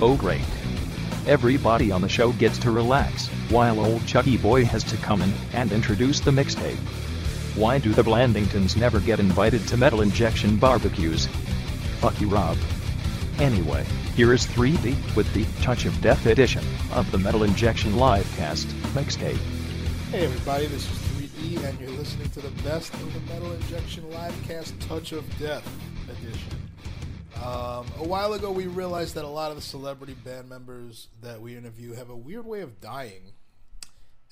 Oh great. Everybody on the show gets to relax, while old Chucky Boy has to come in and introduce the mixtape. Why do the Blandingtons never get invited to metal injection barbecues? Fuck you, Rob. Anyway, here is 3D with the Touch of Death edition of the Metal Injection Livecast mixtape. Hey everybody, this is 3D, and you're listening to the best of the Metal Injection Livecast Touch of Death edition. Um, a while ago, we realized that a lot of the celebrity band members that we interview have a weird way of dying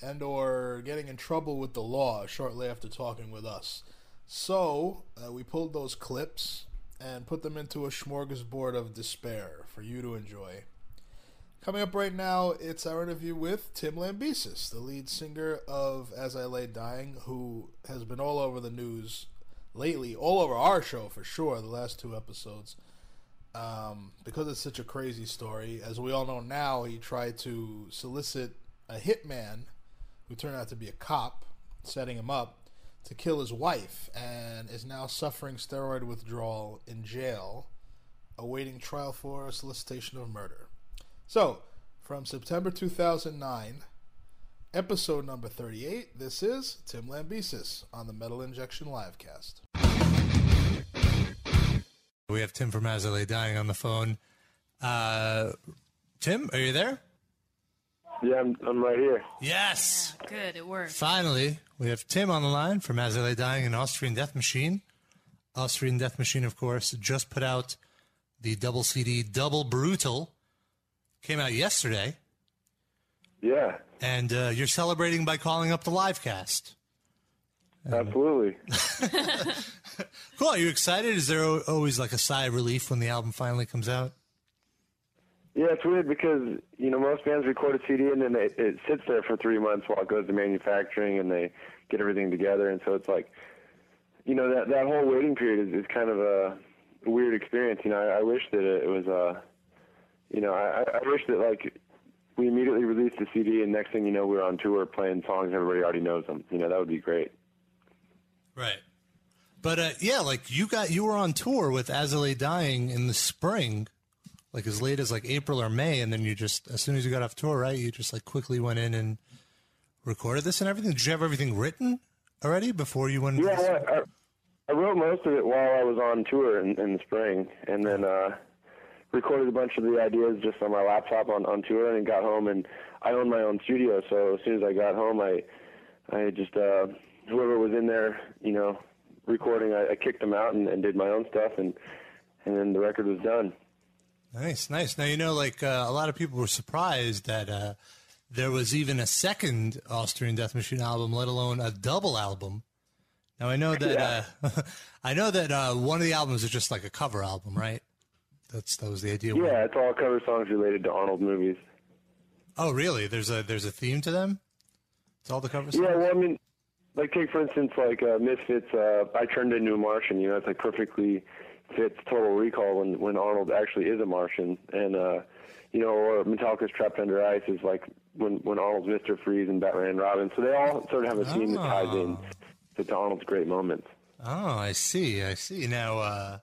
and or getting in trouble with the law shortly after talking with us. So uh, we pulled those clips and put them into a smorgasbord of despair for you to enjoy. Coming up right now, it's our interview with Tim Lambesis, the lead singer of As I Lay Dying, who has been all over the news lately, all over our show for sure, the last two episodes. Um, because it's such a crazy story, as we all know now, he tried to solicit a hitman who turned out to be a cop, setting him up to kill his wife, and is now suffering steroid withdrawal in jail, awaiting trial for solicitation of murder. So, from September 2009, episode number 38, this is Tim Lambesis on the Metal Injection Livecast. We have Tim from Azalea dying on the phone. Uh, Tim, are you there? Yeah, I'm, I'm right here. Yes. Good, it worked. Finally, we have Tim on the line from Azalea Dying and Austrian Death Machine. Austrian Death Machine, of course, just put out the double CD, Double Brutal. Came out yesterday, Yeah, and uh, you're celebrating by calling up the live cast. absolutely. Cool. Are you excited? Is there al- always like a sigh of relief when the album finally comes out? Yeah, it's weird because you know most bands record a CD and then it, it sits there for three months while it goes to manufacturing and they get everything together, and so it's like, you know, that that whole waiting period is, is kind of a weird experience. You know, I, I wish that it, it was uh, you know, I, I- I wish that like we immediately released the CD and next thing you know we were on tour playing songs everybody already knows them. You know, that would be great. Right. But uh, yeah, like you got you were on tour with Azalea Dying in the spring, like as late as like April or May, and then you just as soon as you got off tour, right? You just like quickly went in and recorded this and everything. Did you have everything written already before you went? into Yeah, this? yeah. I, I wrote most of it while I was on tour in, in the spring, and then uh, recorded a bunch of the ideas just on my laptop on, on tour, and then got home. and I owned my own studio, so as soon as I got home, I I just uh, whoever was in there, you know, recording, I, I kicked them out and, and did my own stuff, and and then the record was done. Nice, nice. Now you know, like uh, a lot of people were surprised that uh, there was even a second Austrian Death Machine album, let alone a double album. Now I know that uh, I know that uh, one of the albums is just like a cover album, right? That's that was the idea. Yeah, it's all cover songs related to Arnold movies. Oh, really? There's a there's a theme to them. It's all the cover songs. Yeah, well, I mean, like take for instance, like uh, Misfits. Uh, I turned into a Martian. You know, it's like perfectly fits Total Recall when when Arnold actually is a Martian, and uh, you know, or Metallica's Trapped Under Ice is like when when Arnold's Mister Freeze and Batman and Robin. So they all sort of have a theme that ties in to- to Arnold's great moments. Oh, I see. I see. Now, uh,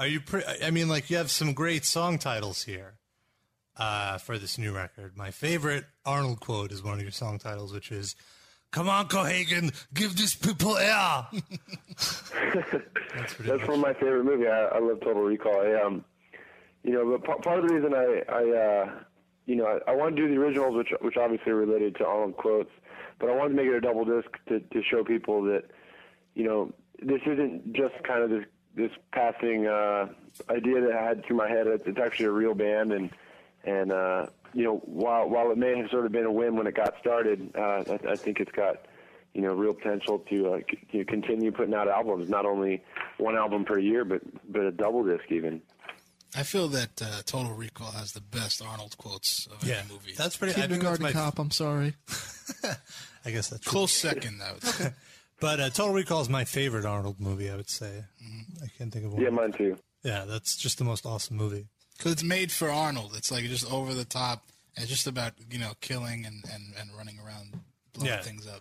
are you? Pre- I mean, like you have some great song titles here uh, for this new record. My favorite Arnold quote is one of your song titles, which is "Come on, Cohagen, give this people air." That's pretty That's much- one of my favorite movie. I, I love Total Recall. I, um, you know, but p- part of the reason I, I, uh, you know, I, I wanted to do the originals, which which obviously are related to Arnold quotes, but I wanted to make it a double disc to to show people that, you know, this isn't just kind of this this passing uh, idea that I had through my head. It's, it's actually a real band, and and uh, you know, while while it may have sort of been a whim when it got started, uh, I, I think it's got you know real potential to uh, c- you know, continue putting out albums, not only one album per year, but but a double disc even. I feel that uh, Total Recall has the best Arnold quotes of Yeah, any movie. that's pretty. I think that's Kindergarten my. Cop, I'm sorry. I guess that's close second, I would say. But uh, Total Recall is my favorite Arnold movie. I would say. Mm-hmm. I can't think of one. Yeah, mine too. yeah, that's just the most awesome movie. because it's made for Arnold. It's like just over the top. and It's just about you know killing and and, and running around, blowing Yeah. things up.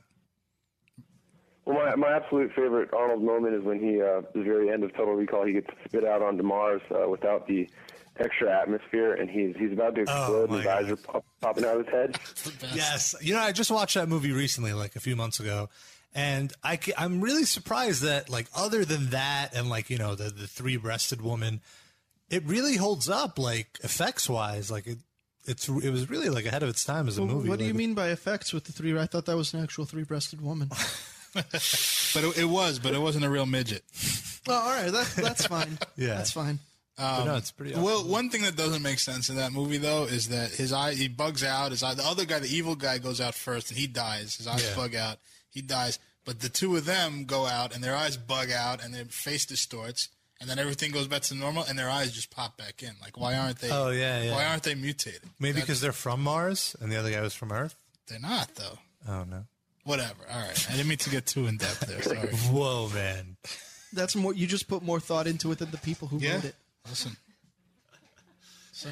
Well, my, my absolute favorite Arnold moment is when he, uh, the very end of Total Recall, he gets spit out onto Mars uh, without the extra atmosphere, and he's he's about to explode. and his eyes are pop, popping out of his head. Yes. You know, I just watched that movie recently, like a few months ago. And I, ca- I'm really surprised that, like, other than that and, like, you know, the, the three breasted woman, it really holds up, like, effects wise. Like, it, it's it was really, like, ahead of its time as a Well, movie. what do Like, you mean by effects with the three? I thought that was an actual three-breasted woman. But it, it was, but it wasn't a real midget. oh, all right, that, that's fine. Yeah. that's fine. But no, it's pretty. Um, Well, one thing that doesn't make sense in that movie though is that his eye he bugs out. His eye, the other guy, the evil guy, goes out first and he dies. His eyes Yeah. bug out. He dies. But the two of them go out and their eyes bug out and their face distorts and then everything goes back to normal and their eyes just pop back in. Like why aren't they? Oh, yeah, yeah. Why aren't they mutated? Maybe because they're from Mars and the other guy was from Earth. They're not though. Oh, no. Whatever. All right. I didn't mean to get too in depth there. Sorry. Whoa, man. That's more. You just put more thought into it than the people who Yeah. wrote it. Listen. So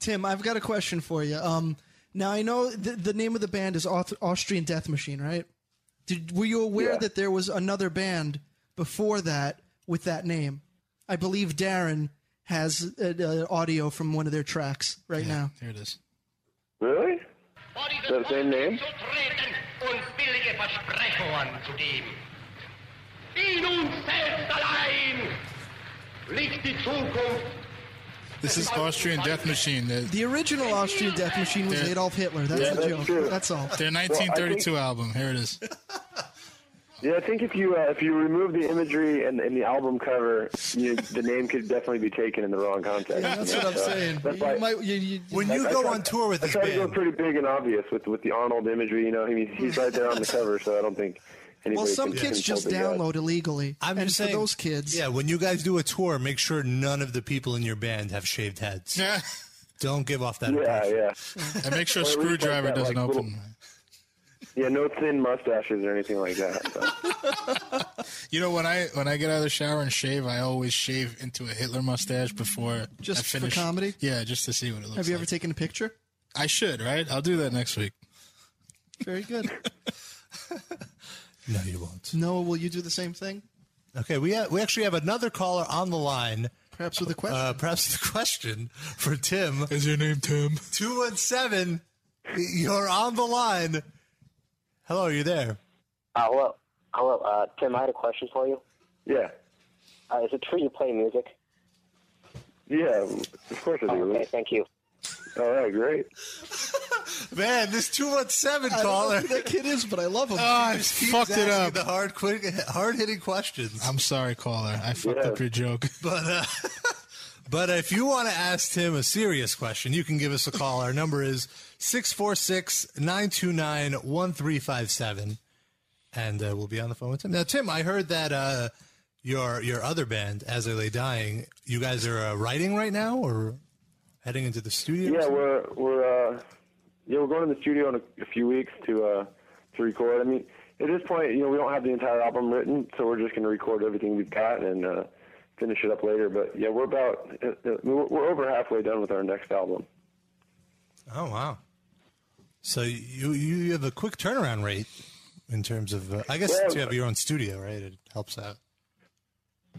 Tim, I've got a question for you. Um, now I know the, the name of the band is Auth- Austrian Death Machine, right? Did, were you aware Yeah. that there was another band before that with that name? I believe Darren has uh, uh, audio from one of their tracks right now. here it is. Really? vor die That's their name? Verfolgung zu treten und billige Versprechungen zu geben. In uns selbst allein liegt die Zukunft This is Austrian Death Machine. They're, The original Austrian Death Machine was Yeah. Adolf Hitler. That's Yeah, the that's joke. true. That's all. their 1932 album. Here it is. Yeah, I think if you uh, if you remove the imagery and, and the album cover, you, the name could definitely be taken in the wrong context. Yeah, that's you know, what I'm so saying. That's You why might- you- you- When you I- I go try- on tour with I this try to go band, pretty big and obvious with with the Arnold imagery. You know, I mean, he's right there on the cover, so I don't think anybody. well, some can kids insult just the uh, guy. download illegally, I'm and just for saying, those kids, Yeah, when you guys do a tour, make sure none of the people in your band have shaved heads. Yeah. Don't give off that Yeah, impression. yeah, And make sure Or at least like screwdriver that, doesn't like, open. little- yeah. No thin mustaches or anything like that. so. You know when I when I get out of the shower and shave, I always shave into a Hitler mustache before Just I for finish. comedy? Yeah, just to see what it looks. have you ever like. taken a picture? I should, right? I'll do that next week. Very good. No, you won't. Noah, will you do the same thing? Okay, we ha- we actually have another caller on the line. Perhaps with a question. Uh, perhaps the question for Tim Is your name Tim? 217. You're on the line. Hello, are you there? Uh, hello, hello, uh, Tim. I had a question for you. yeah, Uh, is it true you play music? yeah. Of course I do. Okay, Luke. thank you. All right, great. Man, this 217 I don't know caller who that kid is, but I love him. Ah, I just keeps fucked it asking up. The hard quick, hard hitting questions. I'm sorry, caller. I fucked Yeah. up your joke. But uh, but if you want to ask Tim a serious question, you can give us a call. Our number is 646-929-1357 and uh, we'll be on the phone with Tim. Now Tim, I heard that uh, your your other band As I Lay Dying, you guys are uh, writing right now or heading into the studio? Yeah, we're we're uh, yeah we're going to the studio in a, a few weeks to uh, to record. I mean, at this point, you know, we don't have the entire album written, so we're just going to record everything we've got and uh, finish it up later. But yeah, we're about uh, uh, we're we're over halfway done with our next album. Oh wow. So you you have a quick turnaround rate in terms of uh, I guess since you have your own studio, right? It helps out.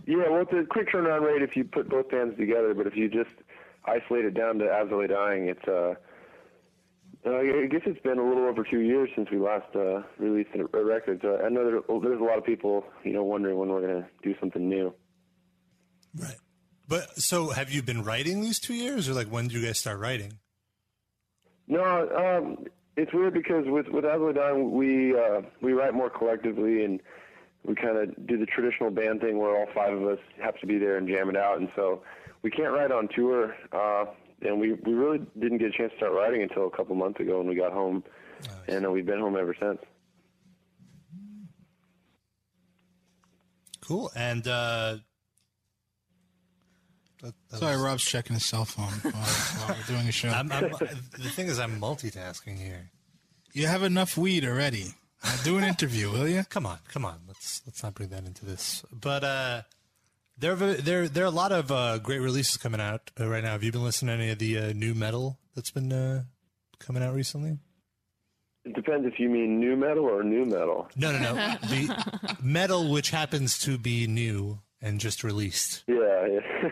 Yeah, well, it's a quick turnaround rate if you put both bands together, but if you just isolate it down to Absolutely Dying, it's uh, uh, I guess it's been a little over two years since we last uh, released a a record. So I know there, there's a lot of people, you know, wondering when we're gonna do something new. Right. But so have you been writing these two years or like when did you guys start writing? No, um, it's weird because with with Avalodon, we uh, we write more collectively, and we kind of do the traditional band thing where all five of us have to be there and jam it out, and so we can't write on tour. Uh, and we we really didn't get a chance to start writing until a couple months ago when we got home, and uh, we've been home ever since. Cool. And uh that- that Sorry, was- Rob's checking his cell phone while, while we're doing a show. I'm, I'm, the thing is I'm multitasking here. you have enough weed already. Now do an interview, will you? Come on, come on. Let's let's not bring that into this. But uh there have- there there are a lot of uh great releases coming out uh, right now. Have you been listening to any of the uh, new metal that's been uh coming out recently? It depends if you mean new metal or new metal. No, no, no. the metal which happens to be new and just released. Yeah, yeah.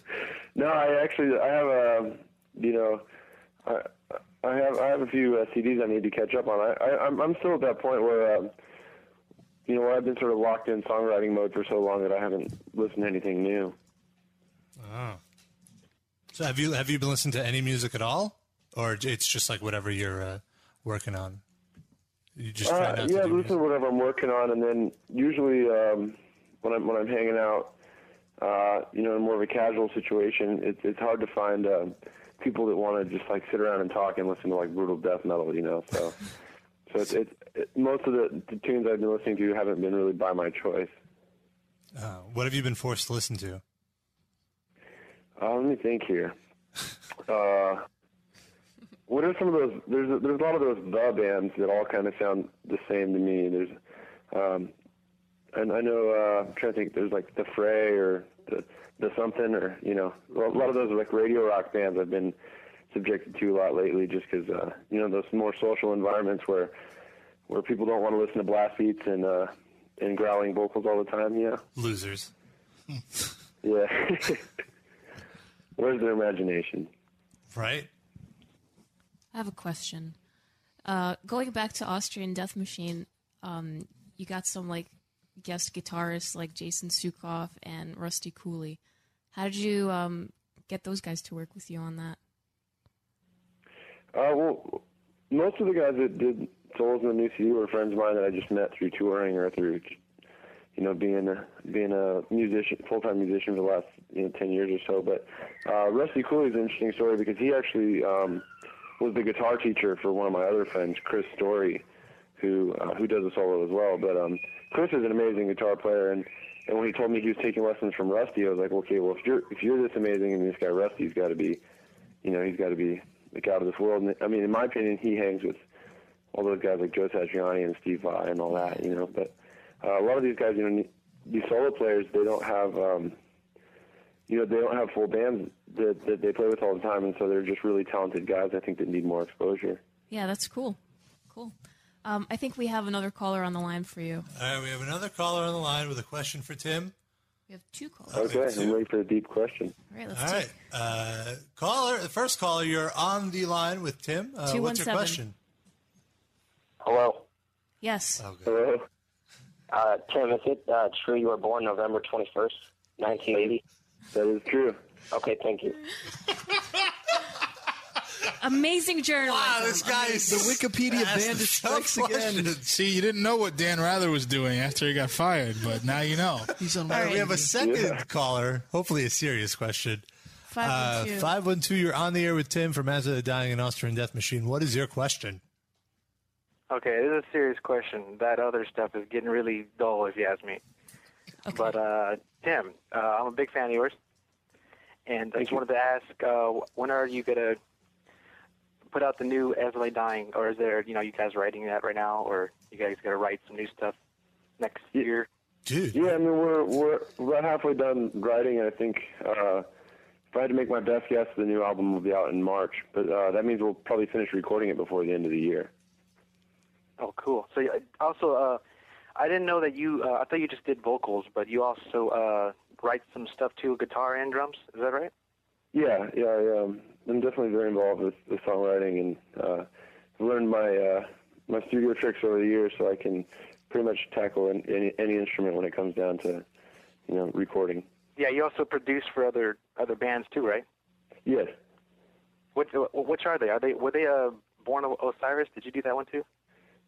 no, I actually I have a you know I I have I have a few uh, CDs I need to catch up on. I, I I'm I'm still at that point where um, you know where I've been sort of locked in songwriting mode for so long that I haven't listened to anything new. Oh. So have you have you been listening to any music at all, or it's just like whatever you're uh, working on? You just Uh, find out. yeah, to I do listen to whatever I'm working on, and then usually um, when I'm when I'm hanging out, uh, you know, in more of a casual situation, it's it's hard to find um, people that want to just like sit around and talk and listen to like brutal death metal, you know. So, so it's, it's it, most of the, the tunes I've been listening to haven't been really by my choice. uh, what have you been forced to listen to? Uh, let me think here. Uh, what are some of those? There's a, there's a lot of those the bands that all kind of sound the same to me. There's, um, and I know uh, I'm trying to think. There's like the Fray or the the something or you know a lot of those like radio rock bands I've been subjected to a lot lately just because uh, you know those more social environments where where people don't want to listen to blast beats and uh, and growling vocals all the time. Yeah, Losers. yeah. Where's their imagination? Right. I have a question. Uh, going back to Austrian Death Machine, um, you got some like guest guitarists like Jason Sukoff and Rusty Cooley. How did you um, get those guys to work with you on that? Uh, well, most of the guys that did solos in the new CD were friends of mine that I just met through touring or through, you know, being a being a musician, full time musician for the last you know ten years or so. But uh, Rusty Cooley's an interesting story because he actually um, was the guitar teacher for one of my other friends, Chris Story, who uh, who does a solo as well. But um, Chris is an amazing guitar player, and and when he told me he was taking lessons from Rusty, I was like, okay, well if you're if you're this amazing and this guy Rusty's got to be you know, he's got to be like out of this world. And I mean, in my opinion, he hangs with all those guys like Joe Satriani and Steve Vai and all that, you know. But uh, a lot of these guys, you know, these solo players, they don't have, um, you know, they don't have full bands that, that they play with all the time, and so they're just really talented guys. I think that need more exposure. Yeah, that's cool. Cool. Um, I think we have another caller on the line for you. All right, we have another caller on the line with a question for Tim. We have two callers. Okay, I'm ready for a deep question. All right, let's All do right, it. uh, caller, the first caller, you're on the line with Tim. Uh, what's your 217. question? Hello. Yes. Um. Hello. Uh, Tim, is it uh, true you were born November 21st, 1980? That is true. Okay, thank you. Amazing journalism. Wow, this guy is The Wikipedia asked bandit tough strikes again. questions. See, you didn't know what Dan Rather was doing after he got fired, but now you know. He's on. All right, we have a second caller. Hopefully, a serious question. Five one two. Uh, Five one two. You're on the air with Tim from Mazda the Dying and Austrian Death Machine. What is your question? Okay, this is a serious question. That other stuff is getting really dull, if you ask me. Okay. But uh, Tim, uh, I'm a big fan of yours, and I just wanted to ask, uh, when are you gonna put out the new As They Dying, or is there, you know, you guys writing that right now, or you guys gonna write some new stuff next year? Dude, Yeah, I mean we're we're about halfway done writing, and I think uh, if I had to make my best guess, the new album will be out in March. But uh, that means we'll probably finish recording it before the end of the year. Oh, cool. So uh, also, uh, I didn't know that you. Uh, I thought you just did vocals, but you also uh, write some stuff too, guitar and drums. Is that right? Yeah, yeah, I, um, I'm definitely very involved with, with songwriting, and uh, I've learned my uh, my studio tricks over the years, so I can pretty much tackle an, any any instrument when it comes down to you know recording. Yeah, you also produce for other other bands too, right? Yes, What which are they? Are they were they uh, born O- Osiris? Did you do that one too?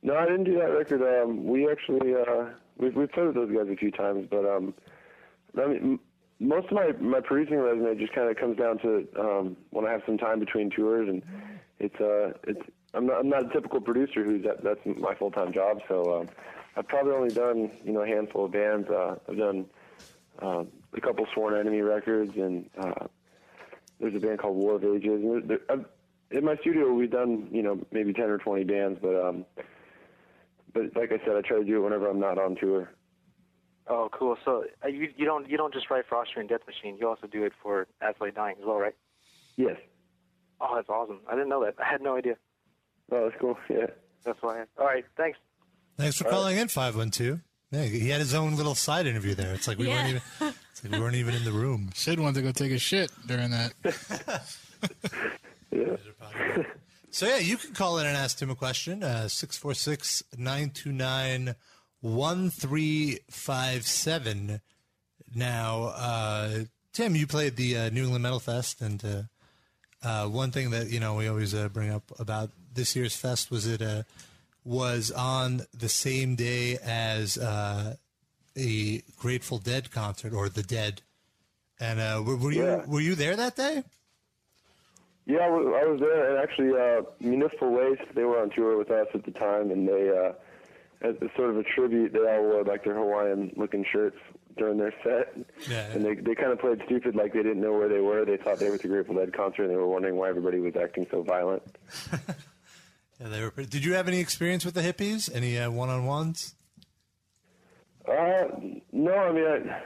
no, I didn't do that record. Um, we actually uh, we've we've played with those guys a few times, but um, I mean. M- most of my, my producing resume just kind of comes down to um, when I have some time between tours, and it's uh it's I'm not I'm not a typical producer who's that, that's my full time job. So um, I've probably only done you know a handful of bands. Uh, I've done uh, a couple Sworn Enemy records, and uh, there's a band called War of Ages. And there, there, I've, in my studio, we've done you know maybe ten or twenty bands, but um, but like I said, I try to do it whenever I'm not on tour. Oh, cool. So uh, you you don't you don't just write for Austrian Death Machine. You also do it for Absolutely Dying as well, right? Yes. Oh, that's awesome. I didn't know that. I had no idea. Oh, that's cool. Yeah. That's why. I, all right, thanks. thanks for calling in. Five one two. Yeah, he had his own little side interview there. It's like we weren't even. It's like we weren't even in the room. Sid wanted to go take a shit during that. So yeah, you can call in and ask Tim a question. Uh 646-929-1357. Now, uh, Tim, you played the uh, New England Metal Fest, and uh, uh, one thing that you know we always uh, bring up about this year's fest was it uh, was on the same day as uh, a Grateful Dead concert or the Dead. And uh, were, were you were you there that day? Yeah, I wa- I was there, and actually, uh, Municipal Waste they were on tour with us at the time, and they, uh, as a sort of a tribute, they all wore like their Hawaiian-looking shirts during their set, Yeah. and they they kind of played stupid, like they didn't know where they were. They thought they were at the Grateful Dead concert, and they were wondering why everybody was acting so violent. Yeah, they were. Pretty, did you have any experience with the hippies? Any uh, one-on-ones? Uh, no, I mean, I,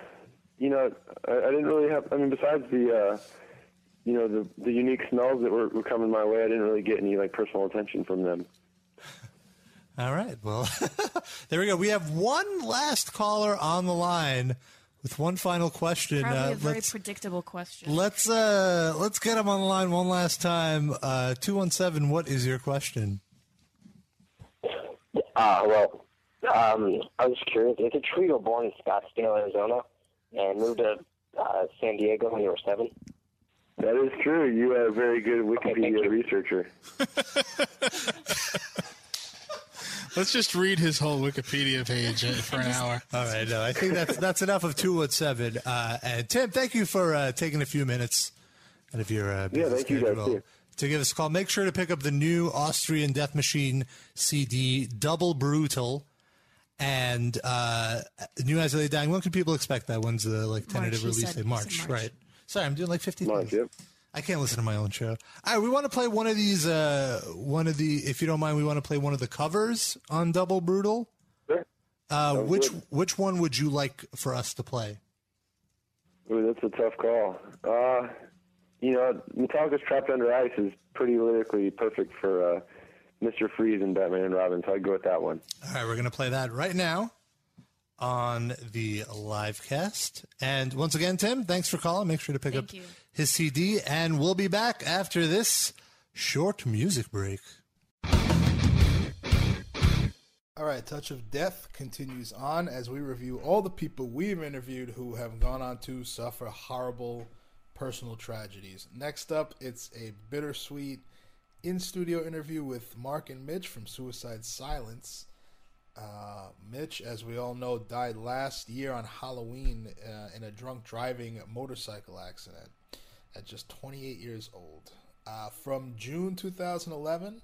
you know, I, I didn't really have. I mean, besides the, uh, you know, the the unique smells that were, were coming my way, I didn't really get any like personal attention from them. All right. Well, there we go. We have one last caller on the line with one final question. Probably Uh, a very let's predictable question. let's uh, let's get him on the line one last time. Uh, Two one seven. What is your question? Uh, well, um, I was curious. Is it true you were born in Scottsdale, Arizona, and moved to uh, San Diego when you were seven? That is true. You are a very good Wikipedia researcher. Let's just read his whole Wikipedia page uh, for an hour. All right. No, I think that's that's enough of two one seven. Uh, and Tim, thank you for uh, taking a few minutes. And if you're uh, busy thank you guys, schedule, too. to give us a call, make sure to pick up the new Austrian Death Machine CD, Double Brutal, and uh, New Eyes of the Dying. When can people expect that? When's the like tentative he release said. date? He March, said March. right? Sorry, I'm doing like fifty. March, things. I can't listen to my own show. All right, we want to play one of these. Uh, one of the, if you don't mind, we want to play one of the covers on Double Brutal. Uh, Sounds which good. which one would you like for us to play? Ooh, that's a tough call. Uh, you know, Metallica's Trapped Under Ice is pretty lyrically perfect for uh, Mr. Freeze and Batman and Robin, so I'd go with that one. All right, we're gonna play that right now on the live cast. And once again, Tim, thanks for calling. Make sure to pick up his CD, and we'll be back after this short music break. All right, Touch of Death continues on as we review all the people we've interviewed who have gone on to suffer horrible personal tragedies. Next up, it's a bittersweet in studio interview with Mark and Mitch from Suicide Silence. Uh, Mitch, as we all know, died last year on Halloween uh, in a drunk driving motorcycle accident at just 28 years old. Uh, from June 2011,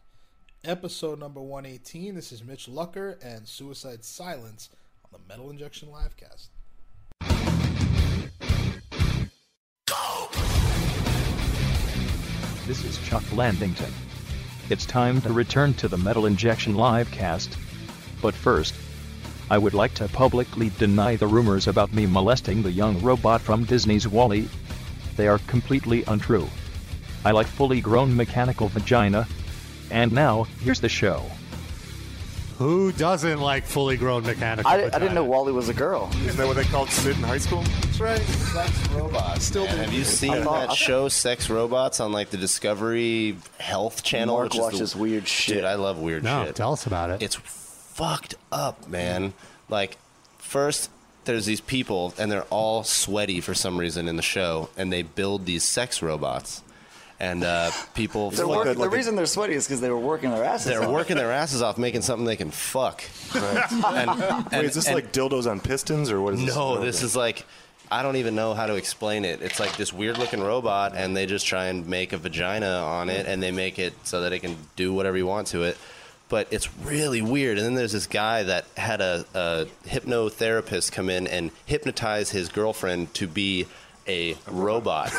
episode number 118. This is Mitch Lucker and Suicide Silence on the Metal Injection Livecast. This is Chuck Landington. It's time to return to the Metal Injection livecast. But first, I would like to publicly deny the rumors about me molesting the young robot from Disney's Wally. They are completely untrue. I like fully grown mechanical vagina. And now, here's the show. Who doesn't like fully grown mechanical? I, I didn't know Wally was a girl. Isn't that what they called Sid in high school? That's right. Sex robots. Still Man, have you seen I thought- that show, Sex Robots, on like the Discovery Health Channel? Mark which is the- watches weird shit. Dude, I love weird No, shit. tell us about it. It's fucked up, man. Like, first there's these people, and they're all sweaty for some reason in the show, and they build these sex robots, and uh, people. They're work- the reason they're sweaty is because they were working their asses They're off. working their asses off, making something they can fuck. Wait, is this like dildos on pistons or what is this? No, Okay. this is like I don't even know how to explain it. It's like this weird looking robot, and they just try and make a vagina on it, and they make it so that it can do whatever you want to it. But it's really weird. And then there's this guy that had a, a hypnotherapist come in and hypnotize his girlfriend to be a robot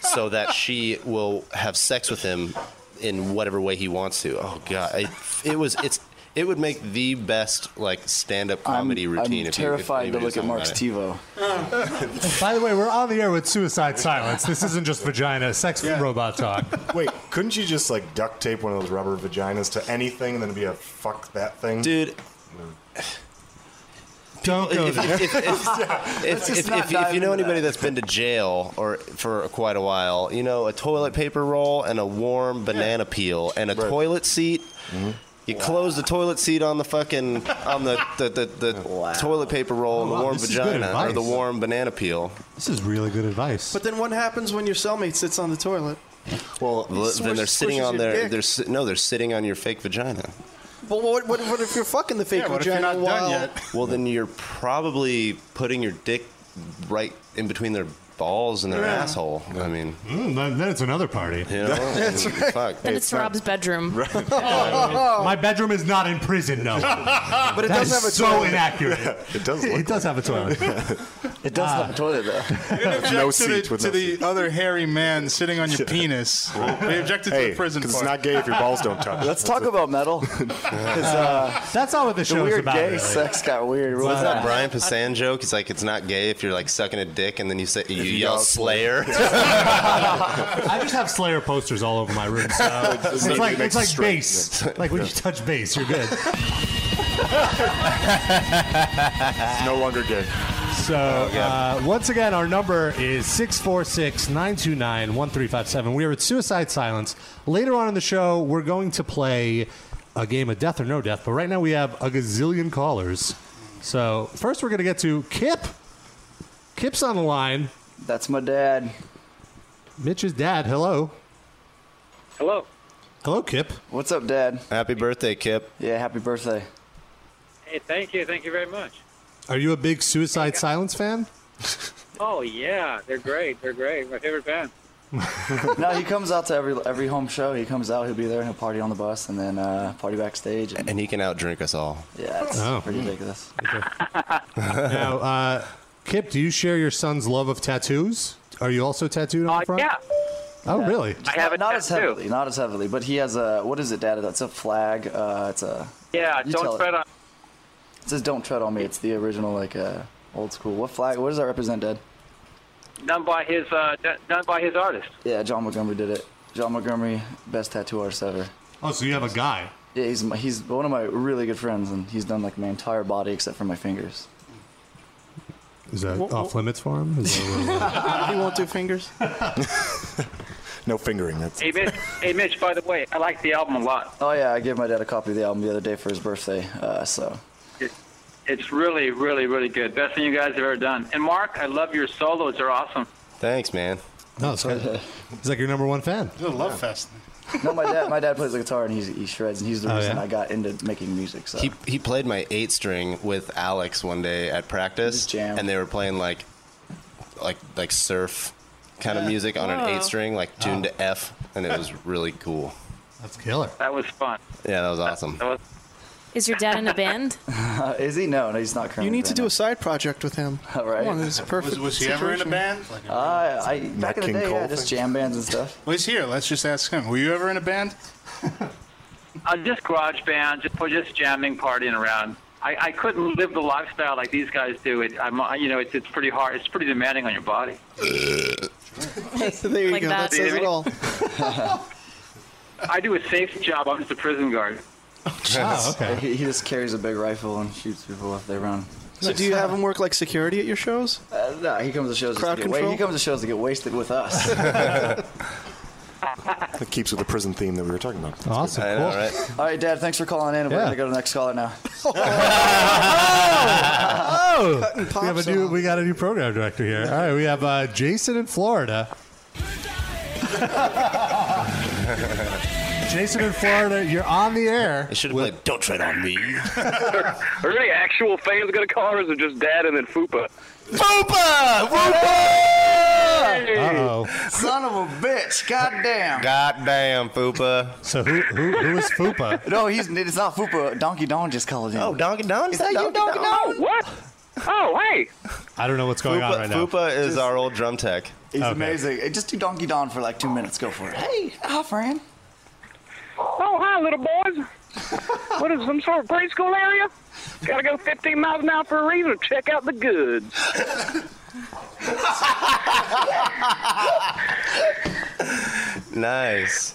so that she will have sex with him in whatever way he wants to. Oh god, it, it was it's it would make the best like stand-up comedy routine. I'm if you- if terrified anybody to did look at something Mark's about it. TiVo. By the way, we're on the air with Suicide Silence. This isn't just vagina, sex robot talk. Wait, couldn't you just like duct tape one of those rubber vaginas to anything and then it'd be a fuck that thing? Dude, Don't go if, there. if, if, if, Yeah, if, let's just if- not if you- dive if you into know that. anybody that's been to jail or for quite a while, you know a toilet paper roll and a warm banana peel and a toilet seat. You close the toilet seat on the fucking on the the, the, the toilet paper roll and Oh, the wow, warm this is good vagina or the advice. warm banana peel. This is really good advice. But then what happens when your cellmate sits on the toilet? Well, Smush- then they're sitting squishes on your their dick. they're si- no they're sitting on your fake vagina. Well, what, what, what if you're fucking the fake Yeah, what if you're vagina not done while yet? Well, then you're probably putting your dick right in between their balls and their Yeah. asshole. I mean, Mm, then, then it's another party. you know, That's and right. Oh, Fuck. Then it's Rob's bedroom. My bedroom is not in prison, no. But it That does is have a so toilet. inaccurate. it does. it does have a toilet. It does have a toilet though. We didn't object No Ah. to seat the, with to no the other hairy man sitting on your penis. We objected to Hey, the prison 'cause part. it's not gay if your balls don't touch. Let's talk about metal. uh, uh, That's not what the the show is weird about. gay really. sex got weird. What's What's uh, that up, Brian Passan joke? It's like it's not gay if you're like sucking a dick and then you say you, yell yell Slayer. I just have Slayer posters all over my room. So It it's makes like you it's like straight. bass. Like when you touch bass, you're good. it's no longer gay. So Oh, uh, once again, our number is 646-929-1357. We are at Suicide Silence. Later on in the show, we're going to play a game of Death or No Death. But right now, we have a gazillion callers. So first, we're going to get to Kip. Kip's on the line. That's my dad. Mitch's dad. Hello. Hello. Hello, Kip. What's up, Dad? Happy birthday, Kip. Yeah, happy birthday. Hey, thank you, thank you very much. Are you a big Suicide Silence fan? Oh yeah, they're great, they're great. My favorite band. no, he comes out to every every home show. He comes out, he'll be there, he'll party on the bus, and then uh, party backstage. And, and he can outdrink us all. Yeah, it's Oh. pretty ridiculous. now, uh, Kip, do you share your son's love of tattoos? Are you also tattooed on the front? yeah. Oh, Yeah. really? I have not as heavily, not as heavily, but he has a what is it, Dad? That's a flag. Uh, it's a Yeah, you tell don't it. fret on. It says "Don't tread on me." It's the original, like uh, old school. What flag? What does that represent, Dad? Done by his, uh, done- done by his artist. Yeah, John Montgomery did it. John Montgomery, best tattoo artist ever. Oh, so you have a guy. Yeah, he's my, he's one of my really good friends, and he's done like my entire body except for my fingers. Is that Wha- wha- off limits for him? Is that what- he won't do fingers. No fingering. That's Hey Mitch, hey Mitch. By the way, I like the album a lot. Oh yeah, I gave my dad a copy of the album the other day for his birthday. Uh, so It, it's really, really, really good. Best thing you guys have ever done. And Mark, I love your solos. They're awesome. Thanks, man. no, it's good. He's like your number one fan. It's a love fest. no, my dad my dad plays the guitar and he's, he shreds, and he's the Oh, reason yeah? I got into making music. So He he played my eight string with Alex one day at practice, and they were playing like like like surf kind of Yeah. music on an Wow. eight string, like tuned to F, and it was really cool. That's killer. That was fun. Yeah, that was awesome. Is your dad in a band? is he? No, no, he's not currently. You need to do a side project with him. Come on, it's a perfect situation. Uh, I back in the King day, Cole yeah, just thing? jam bands and stuff. Well, he's here. Let's just ask him. Were you ever in a band? Uh, just garage band, just just jamming, partying around. I, I couldn't live the lifestyle like these guys do. It, I'm, uh, you know, it's it's pretty hard. It's pretty demanding on your body. there you Like go. that. That, says it all. I do a safe job. I'm just a prison guard. Oh, okay. He, he just carries a big rifle and shoots people if they run. So do you have him work like security at your shows? Uh, no, he comes to shows. Crowd just to get wa- control? He comes to shows to get wasted with us. That keeps with the prison theme that we were talking about. Awesome. I know, cool. right? All right, Dad. Thanks for calling in. We're Yeah. gonna go to the next caller now. Oh, Cutting we have pops a new. We got a new program director here. All right, we have uh, Jason in Florida. Jason in Florida, you're on the air. It should have played "Don't Tread on Me." Are any actual fans gonna call, or is it just Dad and then Fupa? Fupa! Uh-oh. Son of a bitch! Goddamn. God damn, Fupa. So who who, who is Fupa? No, he's it's not Fupa. Donkey Don just called in. Oh, Donkey Don? Is that you, Donkey Don? What? Oh, hey. I don't know what's going on right now. Fupa is our old drum tech. He's amazing. Hey, Just do Donkey Don for like two minutes. Go for it. Hey, hi, friend. Oh, hi, little boys. what is some sort of preschool area? Gotta go 15 miles an hour for a reason. Check out the goods. Nice.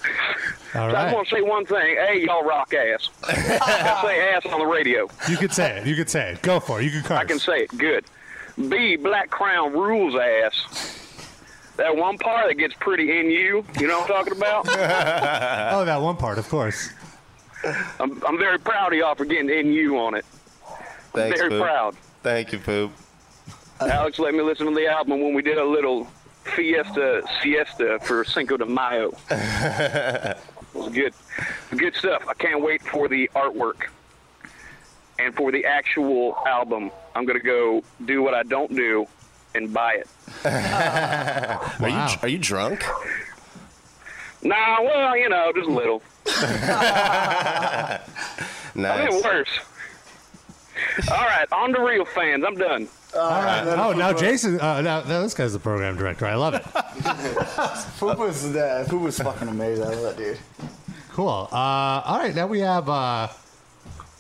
All so I right. just want to say one thing. Hey, y'all rock ass. I say ass on the radio. You could say it. You could say it. Go for it. You could curse. I can say it. Good. B, Black Crown rules ass. That one part that gets pretty in you. You know what I'm talking about? oh, that one part, of course. I'm, I'm very proud of y'all for getting in you on it. Thanks, very Poop. proud. Thank you, Poop. Alex let me listen to the album when we did a little fiesta siesta for Cinco de Mayo. it was good. Good stuff. I can't wait for the artwork and for the actual album. I'm going to go do what I don't do and buy it. Are you are you drunk? Nah, Uh, well, you know, just a little. I mean, Nice. worse. All right, on to real fans. I'm done. All right. Oh, now Jason. Uh, now, now this guy's the program director. I love it. Poop was that. Poop was uh, fucking amazing. I love that dude. Cool. Uh, all right. Now we have uh,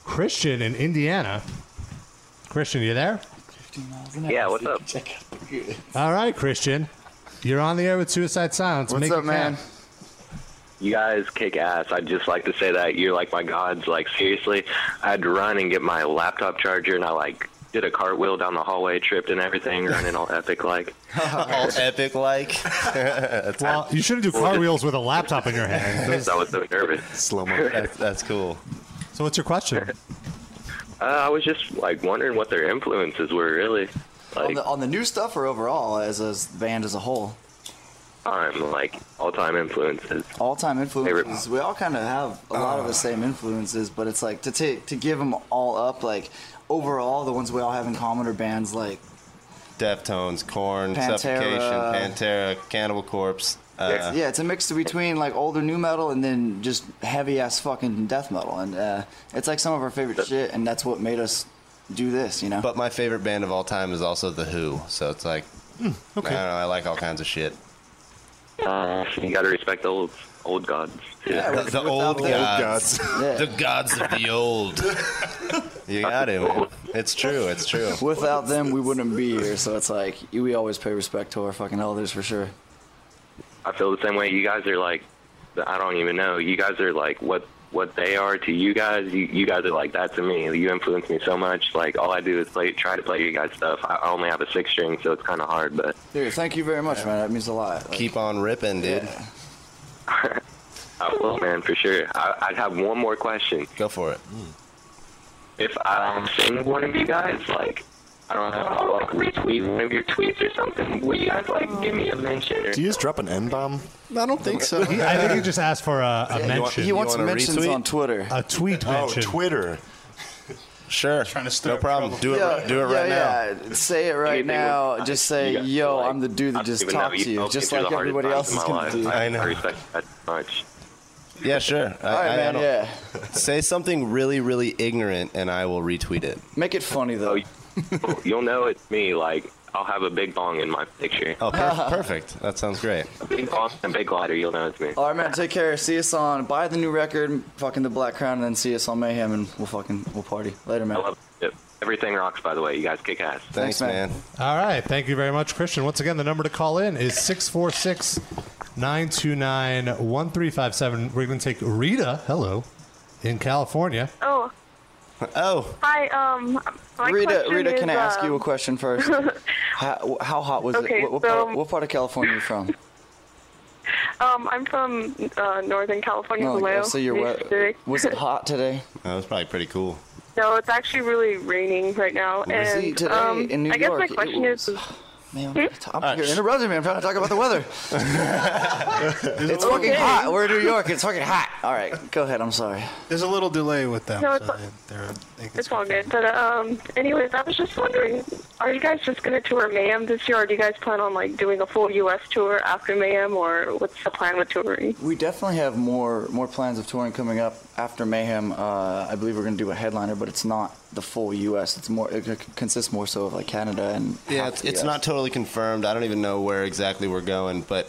Christian in Indiana. Christian, you there? Yeah, what's up? All right, Christian. You're on the air with Suicide Silence. What's up, man? You guys kick ass. I'd just like to say that you're like my gods. Like seriously, I had to run and get my laptop charger, and I like did a cartwheel down the hallway, tripped and everything, running all epic like. All epic like. Well, you shouldn't do cartwheels with a laptop in your hand. Those- I was so nervous. Slow That's, that's cool. So, what's your question? Uh, I was just like wondering what their influences were really. on, the, on the new stuff or overall as as the band as a whole? Um, like all time influences. All time influences. We all kind of have a lot of the same influences, but it's like to take to give them all up. Like overall, the ones we all have in common are bands like Deftones, Corn, Pantera. Suffocation, Pantera, Cannibal Corpse. Uh, yeah, it's a mix between like older new metal and then just heavy ass fucking death metal, and uh, it's like some of our favorite shit, and that's what made us do this, you know. But my favorite band of all time is also The Who. So it's like, Hmm. I don't know. I like all kinds of shit. Uh, you gotta respect the old old gods. Yeah, the, the old gods. the gods of the old. you got it. man. It's true. It's true. Without them, we wouldn't be here. So it's like we always pay respect to our fucking elders for sure. I feel the same way. You guys are like, I don't even know. You guys are like what what they are to you guys. You, you guys are like that to me. You influence me so much. Like all I do is play, try to play you guys stuff. I I only have a six string, so it's kind of hard. But Dude, thank you very much, man. That means a lot. Like, Keep on ripping, dude. I will, man, for sure. I, I'd have one more question. Go for it. If I'm seeing one of you guys, like. I don't know. I'll like retweet one of your tweets or something. Will you guys like give me a mention? Or Do you just drop an N bomb? I don't think so. He- I think he just asked for a, a mention. Twitter. A tweet mention. Oh, Twitter. Sure. no problem. Do it. Yeah, do it right yeah, now. Say it right Anything now. with- Just I- say, you guys "Yo, I'm the dude that just even know talked you to you," folks just get through like the hardest everybody else times is in my gonna do. life. I know. respect that much. Yeah, sure. I, All right, I- I man, don't- yeah. Say something really, really ignorant, and I will retweet it. Make it funny though. Oh, You'll know it's me. Like I'll have a big bong in my picture. Oh, per- perfect. That sounds great. A big bong and a big glider. You'll know it's me. All right, man. Take care. See us on. Buy the new record, fucking the Black Crown, and then see us on Mayhem, and we'll fucking we'll party later, man. I love it. Everything rocks. By the way, you guys kick ass. Thanks, man. All right. Thank you very much, Christian. Once again, the number to call in is 646 929 1357. We're going to take Rita, hello, in California. Oh, Oh. hi. Um, my Rita, question Rita, is, can I ask uh, you a question first? how, how hot was Okay, it? What, what, so- part, what part of California are you from? Um, I'm from uh, Northern California, No, like, Vallejo, Oh, so you're New wet. City. Was it hot today? That was probably pretty cool. No, it's actually really raining right now, Was and it today um, in New I guess York? my It question is, Man, Hmm? I'm here interrupting me. I'm trying to talk about the weather. it's Okay. fucking hot. We're in New York. It's fucking hot. All right, go ahead. I'm sorry. There's a little delay with them. No, it's so not- they- they're- they can- it's all good. But um, anyways, I was just wondering, are you guys just gonna tour Mayhem this year, or do you guys plan on like doing a full U.S. tour after Mayhem, or what's the plan with touring? We definitely have more more plans of touring coming up after Mayhem. Uh, I believe we're going to do a headliner, but it's not the full U.S. It's more it c- consists more so of like Canada and Yeah, half it's, the it's US. not totally confirmed. I don't even know where exactly we're going, but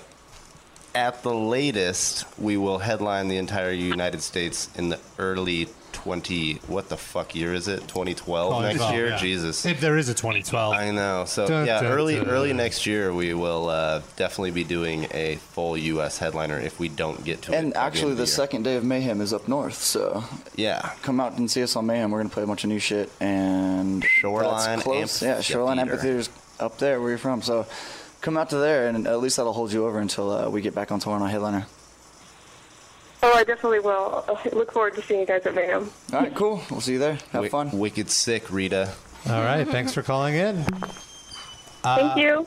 at the latest, we will headline the entire United States in the early 20. What the fuck year is it? 2012 Oh, next well, year? yeah. Jesus. If there is a 2012. I know. So Dun, yeah, dun, early dun. early next year we will uh, definitely be doing a full U.S. headliner if we don't get to it. And by end actually, of the second day of Mayhem is up north, so yeah, come out and see us on Mayhem. We're gonna play a bunch of new shit and Shoreline that's close. Yeah, Shoreline Amphitheater. Amphitheater's up there where you're from, so come out to there, and at least that'll hold you over until uh, we get back on tour on our headliner. Oh, I definitely will. I look forward to seeing you guys at Mayhem. All right, cool. We'll see you there. Have fun. Wicked sick, Rita. All right. Thanks for calling in. Uh, Thank you.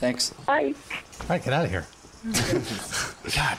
Thanks. Bye. All right, get out of here. God,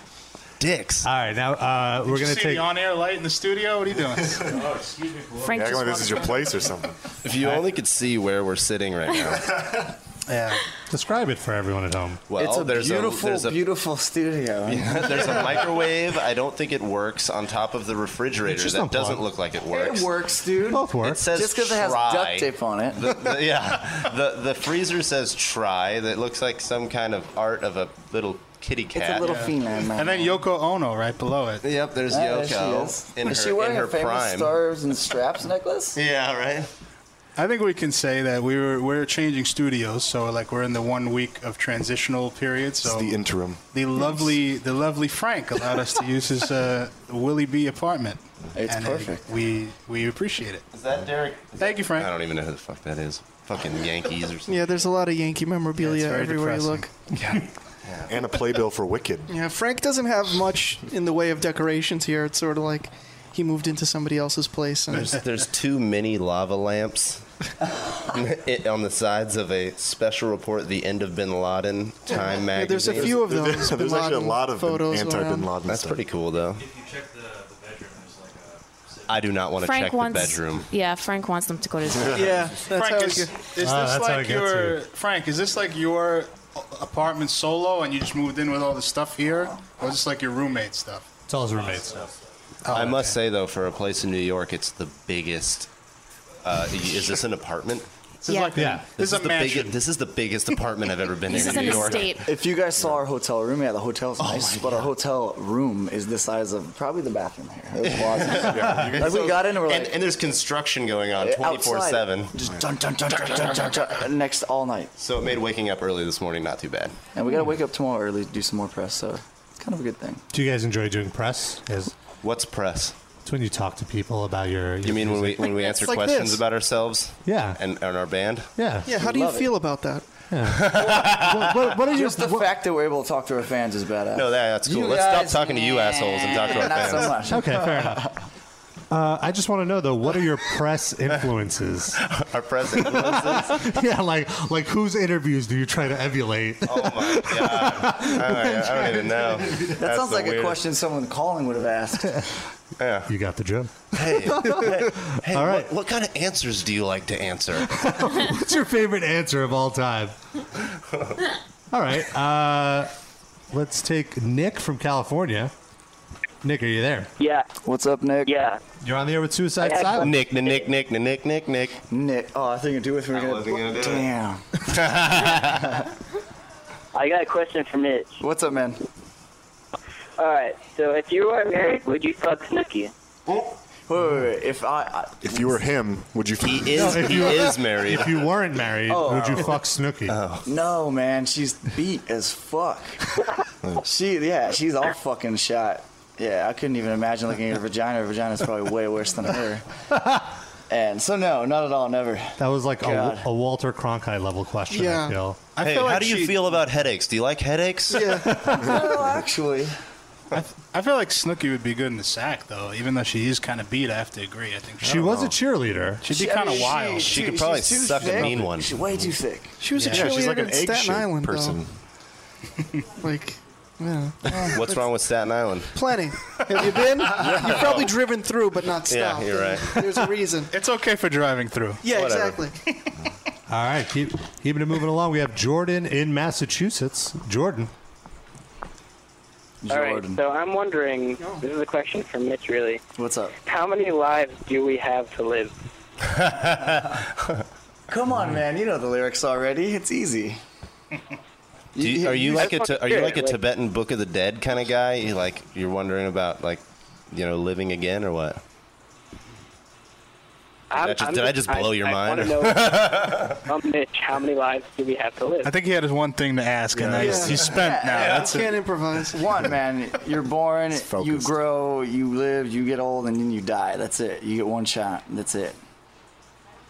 dicks. All right, now uh, Did we're you gonna see take. the on-air light in the studio. What are you doing? oh, excuse me. Frank Yeah, I just This is your place or something. If you only could see where we're sitting right now. Yeah. Describe it for everyone at home. Well, It's a there's beautiful, a, there's a, beautiful studio. Yeah, there's a microwave. I don't think it works on top of the refrigerator. just That unplugged. doesn't look like it works. It works, dude. Both It says just because it has try. duct tape on it. The, the, yeah, the the freezer says try. That looks like some kind of art of a little kitty cat. And then Yoko Ono right below it. Yep, there's Ah, there Yoko she is. in is her- she wearing in her famous prime. stars and straps necklace? Yeah, right. I think we can say that we were we're changing studios, so like we're in the one week of transitional period. So the interim. the lovely the lovely Frank allowed us to use his uh, Willie B apartment. It's And, uh, perfect. we we appreciate it. Is that Derek? Thank you, Frank. I don't even know who the fuck that is. Fucking Yankees or something. Yeah, there's a lot of Yankee memorabilia very everywhere depressing. you look. And a playbill for Wicked. Yeah, Frank doesn't have much in the way of decorations here. It's sort of like he moved into somebody else's place. And There's, there's two mini lava lamps it, on the sides of a special report, The End of Bin Laden, Time Yeah, magazine. there's a few of those There's- Bin there's actually a Laden lot of photos anti-Bin around. Laden That's stuff. pretty cool, though. If you check the, bedroom, there's like a. I do not want to Frank check wants, the bedroom. Yeah, Frank wants them to go to sleep. Yeah, Frank, how it is, go- is this Ah, that's how it like gets your here. Frank? Is this like your apartment solo, and you just moved in with all the stuff here, or is this like your roommate stuff? It's all his roommates. I must say, though, for a place in New York, it's the biggest. Uh, y- is this an apartment? This is Yeah. like a- yeah. this is a the mansion. biggest. This is the biggest apartment I've ever been in in New York. If you guys saw our hotel room, yeah, the hotel's nice, but our hotel room is the size of probably the bathroom here. It was Yeah. Like, we got in and we're and, like- and there's construction going on Eh, 24 7. outside. Just dun, dun, dun, dun, dun, dun, dun, dun, next all night. So it made waking up early this morning not too bad. And we gotta wake up tomorrow early to do some more press, so it's kind of a good thing. Do you guys enjoy doing press? Is what's press? It's when you talk to people about your. You mean when we when we It's answer like questions this. about ourselves? Yeah. And, and our band? Yeah. yeah, how do you feel about that? what, what are Just the fact that we're able to talk to our fans is badass. No, that, that's You cool. Let's stop guys- talking to you assholes and talk to our Not fans. so much. Okay, fair enough. Uh, I just want to know though, what are your press influences? our press influences? yeah, like like whose interviews do you try to emulate? Oh my god! I, I don't even know. That That's sounds the like a weirdest- question someone calling would have asked. Yeah. You got the joke. Hey, hey, hey, All right. what, what kind of answers do you like to answer? What's your favorite answer of all time? All right, uh, let's take Nick from California. Nick, are you there? Yeah. What's up, Nick? Yeah. You're on the air with Suicide Hey, Silence. Nick, the Nick, Nick, the Nick, Nick, Nick. Nick, oh, I think you do with me. I wasn't gonna do it. Damn. I got a question for Mitch. What's up, man? All right. So if you were married, would you fuck Snooki? Wait, wait, wait. If I, I If you were him, would you? He is- if he you- is married. If you weren't married, Oh. would you fuck Snooki? Oh. no, man, she's beat as fuck. she, yeah, she's all fucking shot. Yeah, I couldn't even imagine looking at her vagina. Her vagina's probably way worse than her. And so, no, not at all, never. That was like a, God. a Walter Cronkite level question. I feel. hey, how do you feel about headaches? Do you like headaches? well, actually, I, I feel like Snooki would be good in the sack, though. Even though she is kind of beat, I have to agree. I think She was a cheerleader. She'd be kind of wild. she's too thick. She's way too thick. She was a Yeah, cheerleader she's like an in Staten egg-shaped Island, person. though. like, yeah. What's wrong with Staten Island? Plenty. Have you been? You've probably driven through, but not Yeah, stopped. you're right. There's a reason. It's okay for driving through. Yeah, Whatever. exactly. All right, keep keeping it moving along. We have Jordan in Massachusetts. Jordan, All right. So I'm wondering. This is a question for Mitch, really. What's up? How many lives do we have to live? Come on, man. You know the lyrics already. It's easy. Do you, are you you- like a that's t- fucking are you good, like a like- Tibetan Book of the Dead kind of guy? You like you're wondering about like you know living again or what? I'm, That just- I'm did I just blow your I mind? wanna know from Mitch, how many lives do we have to live? I think he had his one thing to ask, and Yeah. he's, he's spent now. Yeah, That's you it. can't improvise. One man, you're born, you grow, you live, you get old, and then you die. That's it. You get one shot. That's it.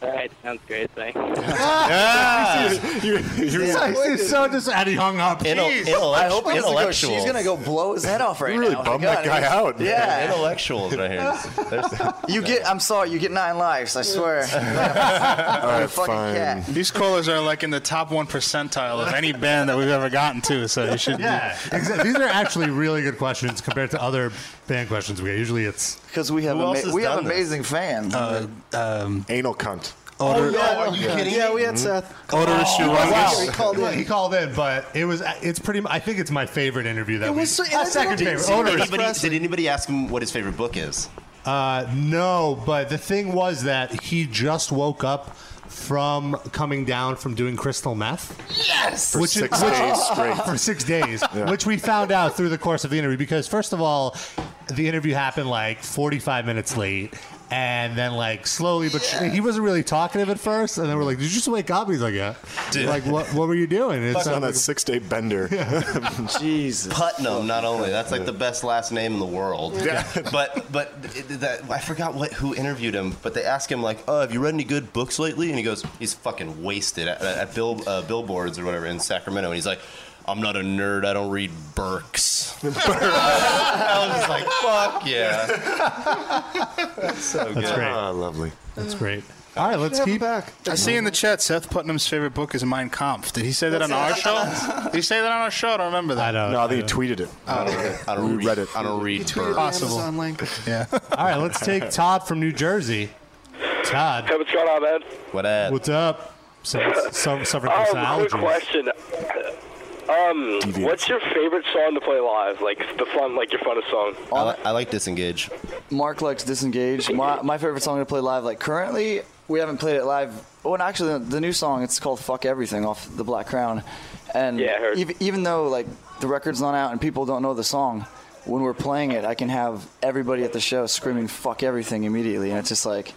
All right, sounds great. Thanks. you, He's so dis- and he hung up. Intel- Jeez. intellect- I hope this is gonna go- intellectual. she's gonna go blow his head off right You really now. My bummed that God, guy he's- out, man. yeah. intellectuals right here. There's- You get. I'm sorry. You get nine lives. I swear. All right, fucking fine. cat. These callers are like in the top one percentile of any band that we've ever gotten to, so you should. Yeah, exa- these are actually really good questions compared to other fan questions we get. Usually it's because we have ama- we have amazing fans. Uh, um, anal cunt. Oh, yeah, are you kidding? Yeah, we had Seth. Odorous Oh, Shoeless. wow. He called in. He called in, but it was it's pretty. mu- I think it's my favorite interview that It we. was so- Uh, it was second so- favorite. Did Odorous anybody- Presley. did anybody ask him what his favorite book is? Uh, no, but the thing was that he just woke up from coming down from doing crystal meth. Yes. Which is- which- For six days, Yeah. which we found out through the course of the interview. Because first of all, the interview happened like 45 minutes late, and then like slowly, but he wasn't really talkative at first. And then we're like, "Did you just wake up?" He's like, "Yeah." Dude. Like, what? What were you doing? Fuck on that six day bender. Jesus. Putnam, not only that's like the best last name in the world. Yeah. but but it, that, I forgot what who interviewed him. But they asked him like, "Oh, have you read any good books lately?" And he goes, "He's fucking wasted at, at bill, uh, billboards or whatever in Sacramento." And he's like. I'm not a nerd. I don't read Burks. I was just like, fuck yeah. That's so good. That's great. Oh, lovely. That's great. All right, let's keep back. I see in the chat Seth Putnam's favorite book is Mein Kampf. Did he say that on our show? Did he say that on our show? I don't remember that. Oh. I don't. No, they tweeted it. I don't read. I don't we read it. I don't read Burks. Possible. Amazon link. Yeah. All right, let's take Todd from New Jersey. Todd, Hey, what's going on, man? What up? What's up? Some, some, suffering from some quick allergies. question. Um, what's your favorite song to play live? Like the fun, like your funnest song. I, li- I like disengage. Mark likes Disengage. My, my favorite song to play live, like currently, we haven't played it live. Well, and actually, the, the new song, it's called Fuck Everything off The Black Crown. And Yeah, I heard. Even, even though, like, the record's not out and people don't know the song, when we're playing it, I can have everybody at the show screaming "fuck everything" immediately, and it's just like,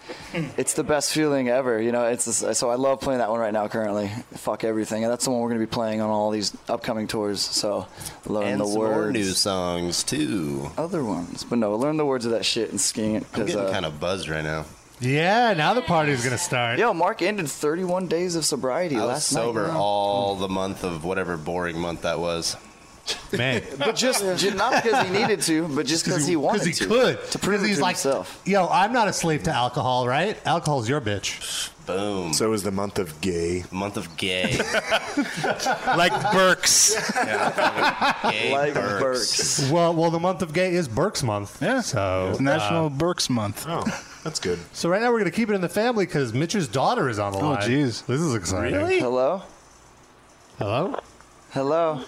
it's the best feeling ever, you know. It's just, so I love playing that one right now currently. Fuck everything, and that's the one we're going to be playing on all these upcoming tours. So, learn And the some words more new songs too. other ones. But no, learn the words of that shit and sking it. I'm 'cause, getting uh, kind of buzzed right now. Yeah, now the party's gonna start. Yo, Mark ended 31 days of sobriety I was last night. sober Wow. all the month of whatever boring month that was. Man, But just, ju- not because he needed to, but just because he wanted because he to. could. To prove he's it to like, himself. Yo, I'm not a slave to alcohol, right? Alcohol's your bitch. Boom. So it was the month of gay. Month of gay. like Burks. Gay Like Burks. Well, well, the month of gay is Burke's month. Yeah. So It's National uh, Burks Month. Oh, that's good. so right now we're gonna keep it in the family because Mitch's daughter is on the Oh, line. jeez. this is exciting. Hello? Hello. Hello?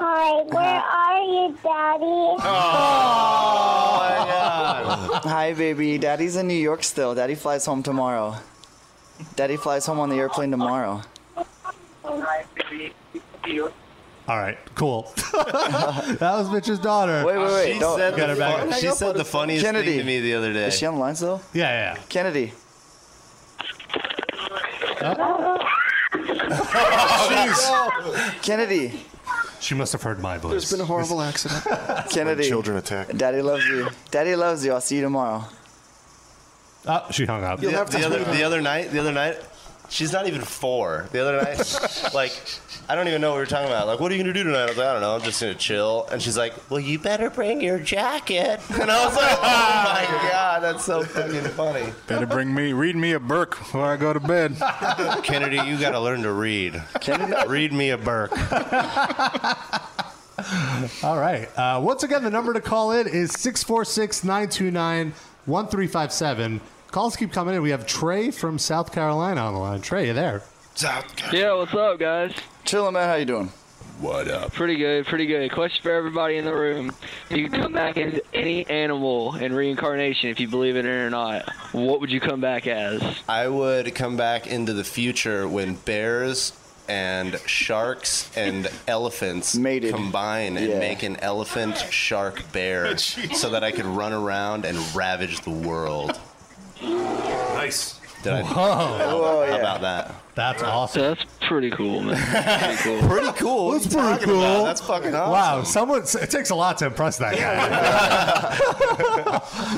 Hi, where are you, Daddy? Oh Hi, baby. Daddy's in New York still. Daddy flies home tomorrow. Daddy flies home on the airplane tomorrow. All right. Cool. that was Mitch's daughter. Wait, wait, wait. She Don't- said, Get her the, back fu- up. she said the funniest Kennedy. thing to me the other day. Is she on the line still? Yeah, yeah. Kennedy. Kennedy. She must have heard my voice. There's been a horrible accident. Kennedy. children attack. Daddy loves you. Daddy loves you. I'll see you tomorrow. Oh, she hung up. The, the other, the other night, the other night, she's not even four. The other night, like, I don't even know what we were talking about. Like, what are you gonna do tonight? I was like, I don't know. I'm just gonna chill. And she's like, Well, you better bring your jacket. And I was like, Oh my god, that's so fucking funny. Better bring me, read me a Burke before I go to bed. Kennedy, you gotta learn to read. Kennedy, read me a Burke. All right. Uh, once again, the number to call in is 646 929 1357. Calls keep coming in. We have Trey from South Carolina on the line. Trey, you there? Yeah, what's up, guys? Chillin', man. How you doing? What up? Pretty good, pretty good. Question for everybody in the room: If you could come back as any animal in reincarnation, if you believe in it or not, what would you come back as? I would come back into the future when bears and sharks and elephants combine and Yeah. make an elephant shark bear so that I could run around and ravage the world. Nice. Did I, Whoa. How, Whoa, how yeah. about that? That's awesome. That's pretty cool, man. Pretty cool. pretty cool. That's What are pretty you talking cool. about? That's fucking awesome. Wow, someone it takes a lot to impress that guy.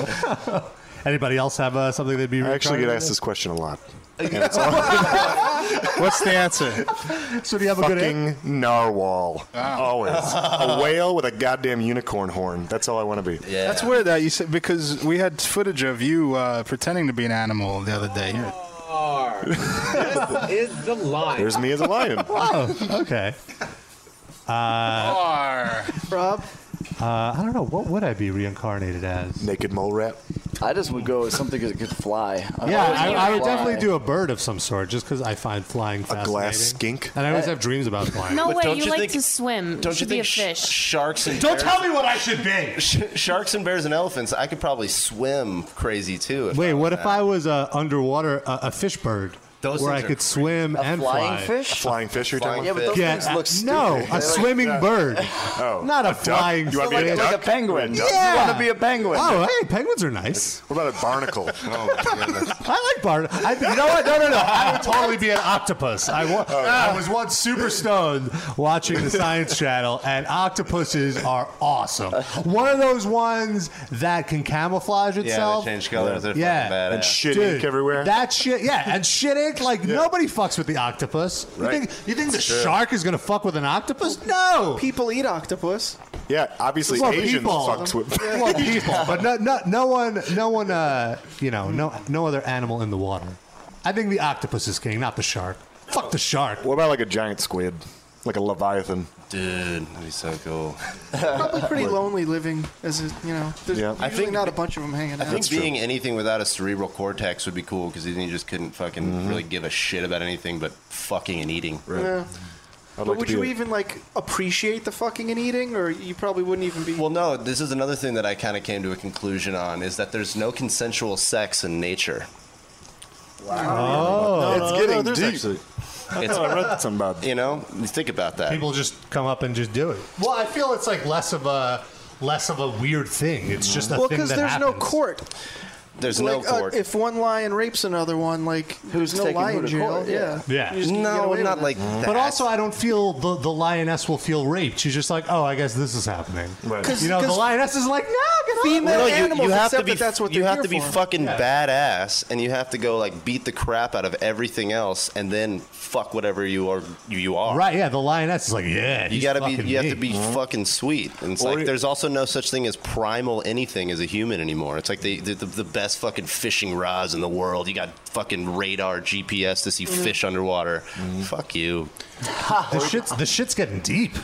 Anybody else have uh, something they'd be? I actually get reincarnated asked in? this question a lot. What's the answer? So do you have a Fucking good answer? narwhal. Always. a whale with a goddamn unicorn horn. That's all I want to be. That's weird that you said because we had footage of you uh, pretending to be an animal the other day. You're- is the line. There's me as a lion. oh, okay. Uh, Rob? uh, I don't know. What would I be reincarnated as? Naked mole rat. I just would go with something that could fly. I'm Yeah, always I, gonna I would fly. definitely do a bird of some sort, just because I find flying fascinating. glass skink. And I always have dreams about flying. No But way, don't you, you like think- to swim. Don't you you should be think a fish. sharks and Don't bears- tell me what I should be. Sh- sharks and bears and elephants. I could probably swim crazy too. If Wait, I what if I was a underwater a, a fish bird? Those where I things are could swim crazy. A and flying fly. fish? A flying fish you're talking about? Get- those things look stupid. No, They're a like- swimming bird. Oh, not a, a duck? flying. You wanna be a fish. Like- like duck? a penguin. You Yeah. wanna be a penguin. Oh, hey, penguins are nice. What about a barnacle? Oh, my goodness. I like barn. I, you know what? No, no, no. I would totally be an octopus. I, wa- I was once super stoned watching the Science Channel, and octopuses are awesome. One of those ones that can camouflage they itself. change colors. They're fucking badass. yeah, And shit Dude, ink everywhere. That shit. Yeah, and shit ink. Like nobody fucks with the octopus. You Right. think you think the It's true. shark is gonna fuck with an octopus? No. People eat octopus. Yeah, obviously Well, Asians people. fucks with Well, people, but no, no, no one, no one, uh, you know, no, no other animal in the water. I think the octopus is king, not the shark. Fuck the shark. What about like a giant squid? Like a leviathan? Dude, that'd be so cool. Probably pretty lonely living as a, you know, there's Yeah. I usually think- not a bunch of them hanging out. I think being anything without a cerebral cortex would be cool because then you just couldn't fucking Mm-hmm. really give a shit about anything but fucking and eating. Yeah. But would you even like appreciate the fucking and eating, or you probably wouldn't even be? Well, no. This is another thing that I kind of came to a conclusion on is that there's no consensual sex in nature. Oh, it's getting deep. I It's- thought I read something about You know, think about that. People just come up and just do it. Well, I feel it's like less of a less of a weird thing. It's just a well, thing because that there's happens. no court. There's Like, no court. Uh, if one lion rapes another one, like who's no taking lion who to jail? court? yeah. Yeah. You just can get away with it. But also, I don't feel the, the lioness will feel raped. She's just like, oh, I guess this is happening. Right. 'Cause- You know, the 'cause lioness is like, no, get Female off. No, you- animals you have accept to be, that that's what you they're have here to be for. fucking Yeah. badass, and you have to go like beat the crap out of everything else, and then fuck whatever you are you, you are. Right? Yeah. The lioness is like, yeah. You he's gotta be. fucking You have me. Mm-hmm. to be fucking sweet. And it's Or like it- there's also no such thing as primal anything as a human anymore. It's like the the, the, the best fucking fishing rods in the world. You got fucking radar, GPS to see Mhm. fish underwater. Mm-hmm. Fuck you. The shit's the shit's getting deep.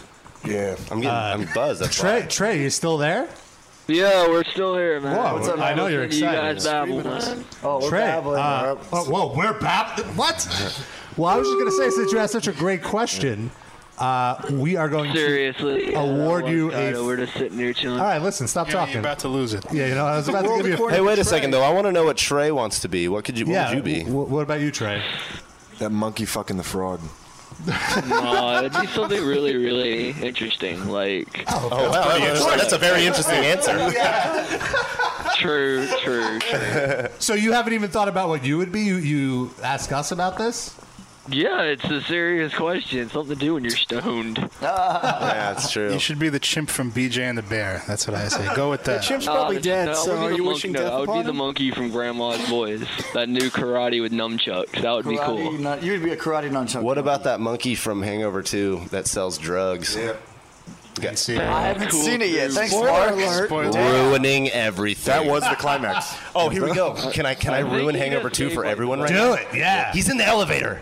Yeah, I'm getting I'm buzzed. That's Uh, Trey, Trey, you still there? Yeah, we're still here, man. Whoa, What's up, I man? know you're Listen to You guys excited. babble, man. Oh, Trey, uh, oh, whoa, we're bab. What? Well, I was just gonna say since you asked such a great question, uh, we are going Seriously, to award yeah, you Ricardo, a. We're just sitting here chilling. All right, listen, stop talking. to lose it. Yeah, you know, I was about to give you. A, Hey, wait a second though. I want to know what Trey wants to be. What could you? What Yeah, would you be? what about you, Trey? That monkey fucking the frog. no, it'd be something really, really interesting. Like, oh, wow, that was- that's a very interesting answer. True, true, true. So you haven't even thought about what you would be. You, you ask us about this. Yeah, it's a serious question. Something to do when you're stoned. yeah, that's true. You should be the chimp from BJ and the Bear. That's what I say. Go with that. Oh, Uh, no, I would be the monkey- no, I would be the monkey from Grandma's Boys that knew karate with nunchucks. That would be cool. you'd be a karate nunchuck. What about that monkey from Hangover 2 that sells drugs? Yeah. Got see I haven't seen it yet. Thanks, Mark. Spoiler Ruining everything. That was the climax. oh, here we go. Can I can I, I think ruin you Hangover just 2 gave, for like, everyone the right right- now? Do it, yeah. He's in the elevator.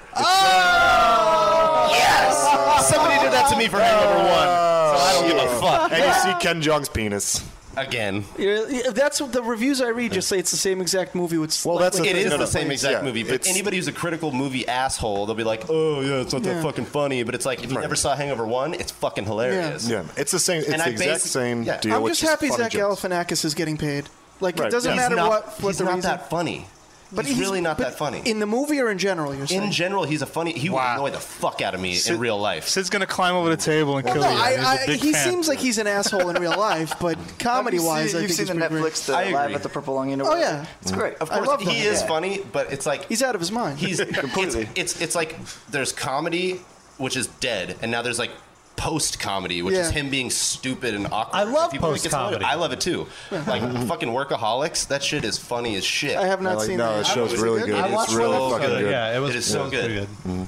yes! Somebody did that to me for Hangover 1. So I don't give a fuck. Oh. And you see Ken Jong's penis. Again. You're- yeah, that's what the reviews I read. Just say it's the same exact movie with. Oh, Well, it is the same exact movie, but anybody who's a critical movie asshole, they'll be like, "Oh yeah, it's not Yeah. that fucking funny." But it's like if you never saw Hangover One, it's fucking hilarious. Yeah. Yeah, it's the same- it's the exact basi- same deal, I'm just happy Zach Galifianakis is getting paid. Like it doesn't He's matter not- what. what he's the not reason. that funny. But he's, really not that funny. In the movie or in general, you're saying? In general, he's a funny. He would annoy the fuck out of me in Sid- real life. Mm. Sid's gonna climb over the table and Well, kill no, you. I- He's a I- big he fan. seems like he's an asshole in real life, but comedy-wise, seen- I you've think seen he's the pretty great. Netflix, the I Live agree. at the Purple Onion or Oh whatever? yeah, It's great. Of I course, love he that. is Yeah. funny, but it's like he's out of his mind. He's completely. It's, it's it's like there's comedy, which is dead, and now there's like post comedy, which is Yeah. him being stupid and awkward. I love post-comedy. I love it too. Like fucking workaholics, that shit is funny as shit. I have not I like- seen no, that. that show's Is it really good? I It is watched really one fucking episode. good. Yeah, it was. It is so was pretty good.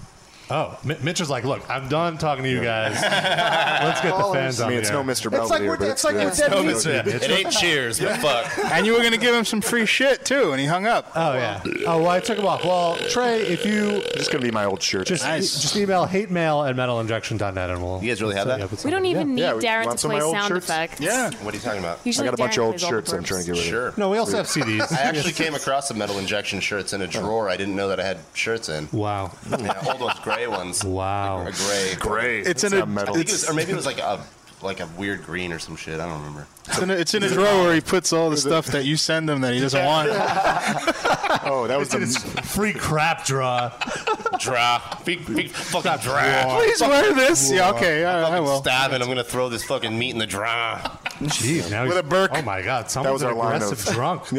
Oh, M- Mitch is like, look, I'm done talking to you guys. Let's get the fans I on mean, it's the air." no Mr. Belvedere, but it's good. It ain't Cheers, but fuck. And you were gonna give him some free shit too, and he hung up. Oh yeah. Oh well, I took him off. Well, Trey, if you just gonna be my old shirt. Just, e- just email hate mail at metalinjection.net and we'll. You guys really have that? We don't even need Darren to play sound effects. What are you talking about? Usually I got a bunch Darren of old plays all the shirts I'm burps. trying to get rid sure. of. No, we also have CDs. I actually came across some metal injection shirts Oh. in a drawer. I didn't know that I had shirts in. Wow. Yeah, old ones, gray ones. Wow. A gray. Gray. It's in It's a- not metal. I think it was, it's- or maybe it was like a like a weird green or some shit. I don't remember. It's in a, it's in a drawer where he puts all the stuff that you send him that he doesn't want. oh, that was the free crap draw. draw. Big, big fucking draw. Please wear this. Yeah, okay, all right, I will. Stabbing. I'm gonna throw this fucking meat in the draw. Jeez, now With he's- a Burke. Oh my God, That someone's was an our line of- aggressive drunk.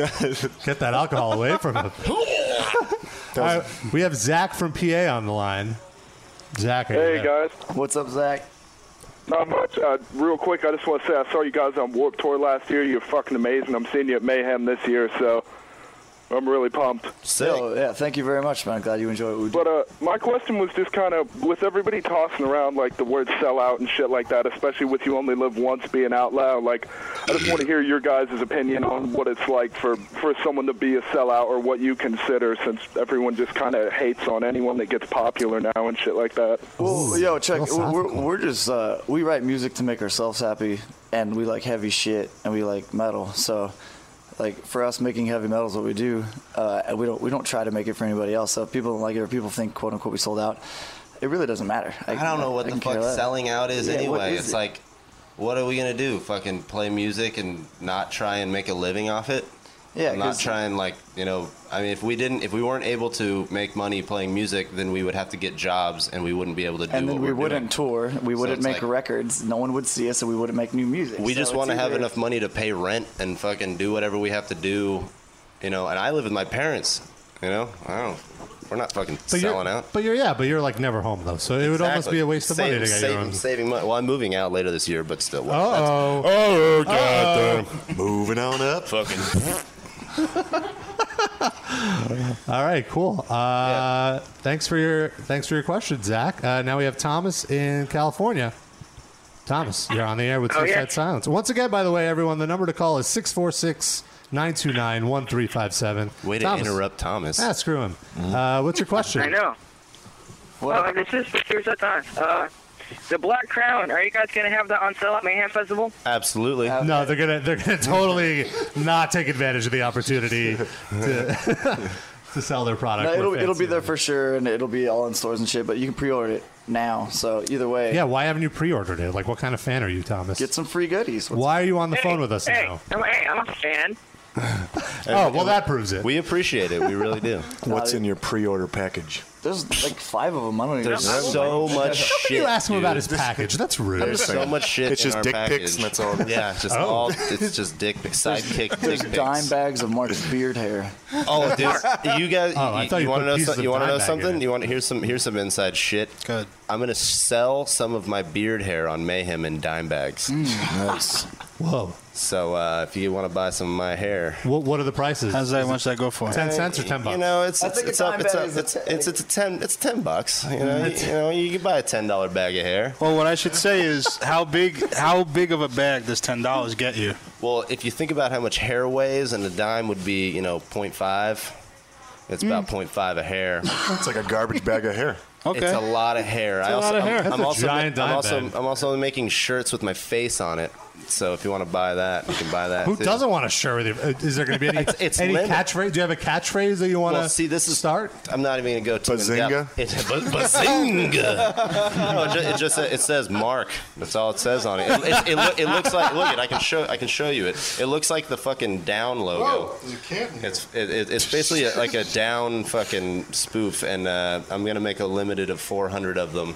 Get that alcohol away from him. All right, we have Zach from PA on the line. Zach, are you Hey there? guys, what's up, Zach? not much. Uh, real quick, I just want to say I saw you guys on Warp Tour last year. You're fucking amazing. I'm seeing you at Mayhem this year, so I'm really pumped. So yeah, thank you very much, man. I'm glad you enjoy what we do. But uh, my question was just kind of with everybody tossing around like the word sellout and shit like that, especially with you only live once being out loud. Like, I just want to hear your guys' opinion on what it's like for for someone to be a sellout or what you consider, since everyone just kind of hates on anyone that gets popular now and shit like that. Well, yo, check. We're, we're just uh, we write music to make ourselves happy, and we like heavy shit, and we like metal. So, like for us, making heavy metal is what we do. Uh, and we don't we don't try to make it for anybody else. So if people don't like it, or people think quote unquote we sold out, it really doesn't matter. I don't know what the can care fuck uh, less. selling out is Yeah, what anyway. is it's it? like, what are we gonna do? Fucking play music and not try and make a living off it? Yeah, not 'cause- try and like you know. I mean, if we didn't, if we weren't able to make money playing music, then we would have to get jobs and we wouldn't be able to do. and then what we we're doing. wouldn't tour. We So wouldn't it's make like- records. No one would see us, and we wouldn't make new music. We So just it's want to have either- enough money to pay rent and fucking do whatever we have to do, you know. And I live with my parents, you know. I don't. We're not fucking selling you're, out. But you're yeah, but you're like never home though, so it would almost Exactly. be a waste of Save- money to get save- your own. Saving money. Well, I'm moving out later this year, but still. well, that's- Oh, oh, God Moving on up. Fucking. All right, cool. Uh, Thanks for your thanks for your question, Zach. Uh, now we have Thomas in California. Thomas, you're on the air with Oh, Suicide yeah. Silence. Once again, by the way, everyone, the number to call is 646-929-1357. Way to interrupt Thomas. Mm-hmm. Ah, screw him. Uh, what's your question? I know. Uh, this is here's the time. Uh, the Black Crown. Are you guys gonna have that on sale at Mayhem Festival? Absolutely. No, they're gonna they're gonna totally not take advantage of the opportunity to, to sell their product. No, We're it'll, it'll be fancy. there for sure, and it'll be all in stores and shit. But you can pre-order it now. So either way, yeah, why haven't you pre-ordered it? Like, what kind of fan are you, Thomas? Get some free goodies. why are you on the phone with us hey, now? I'm, hey, I'm a fan. Oh, well, that proves it. We appreciate it. We really do. What's in your pre-order package? There's like five of them. I don't even. There's know. so much How shit. can you ask him dude. about his package? That's rude. There's so much shit. It's in just our dick package. pics and that's all. Yeah, it's just Oh. all. It's just dick pics. Sidekick dick There's pics. dime bags of Mark's beard hair. Oh, dude, you guys, Oh, I you, thought you want put to know? pieces Some, of you want to dime know bag something? in You want here's some here's some inside shit. Good. I'm gonna sell some of my beard hair on Mayhem in dime bags. nice. Whoa. So uh, if you want to buy some of my hair, What, what are the prices? How's that? Much that go for? Ten cents or ten bucks? You know, it's it's, it's up. It's bag up. is It's, it's it's a ten. It's ten bucks. You know, you, you know, you can buy a ten dollar bag of hair. Well, what I should say is how big how big of a bag does ten dollars get you? Well, if you think about how much hair weighs, and a dime would be, you know, 0.5. It's about 0.5 a hair. It's like a garbage bag of hair. Mm. Okay. It's a lot of hair. It's I a also, lot of I'm- hair. I'm, That's a also, giant I'm dime also bag. I'm also making shirts with my face on it. So if you want to buy that, you can buy that. Who too. doesn't want to share with you? Uh, Is there going to be any, It's- it's any limited. catchphrase? Do you have a catchphrase that you want to Well, see, this is start? I'm not even going to go too in depth. It's ba- bazinga. no, it just, it just sa- it says Mark. That's all it says on it. It, it, it, loo- it looks like look it. I can show I can show you it. It looks like the fucking down logo. It's it, it, it's basically a, like a down fucking spoof, and uh, I'm gonna make a limited of 400 of them,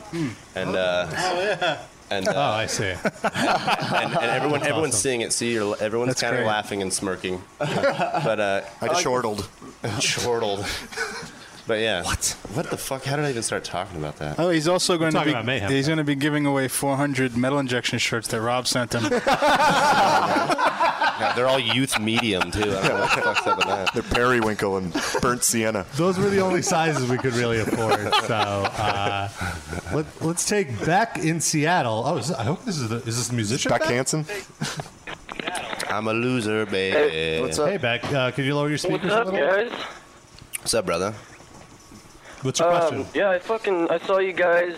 and. Oh. Uh, yeah. and, uh, oh, I see. and, and everyone, That's awesome. everyone's seeing it. See, you're, everyone's That's kind of great. laughing and smirking. but uh, Like chortled. chortled. But yeah. What? What the fuck? How did I even start talking about that? Oh, he's also We're going to talking be about mayhem. he's going to be giving away 400 metal injection shirts that Rob sent him. Yeah, they're all youth medium too. I don't know what the fuck's up with that. They're periwinkle and burnt sienna. Those were the only sizes we could really afford. So uh, let, let's take Beck in Seattle. Oh, is, I hope this is the, is this the musician? Beck Hansen? I'm a loser, baby. Hey, Beck. Uh, could you lower your speakers What's up, a little? guys? What's up, brother? What's your question? Um, yeah, I fucking I saw you guys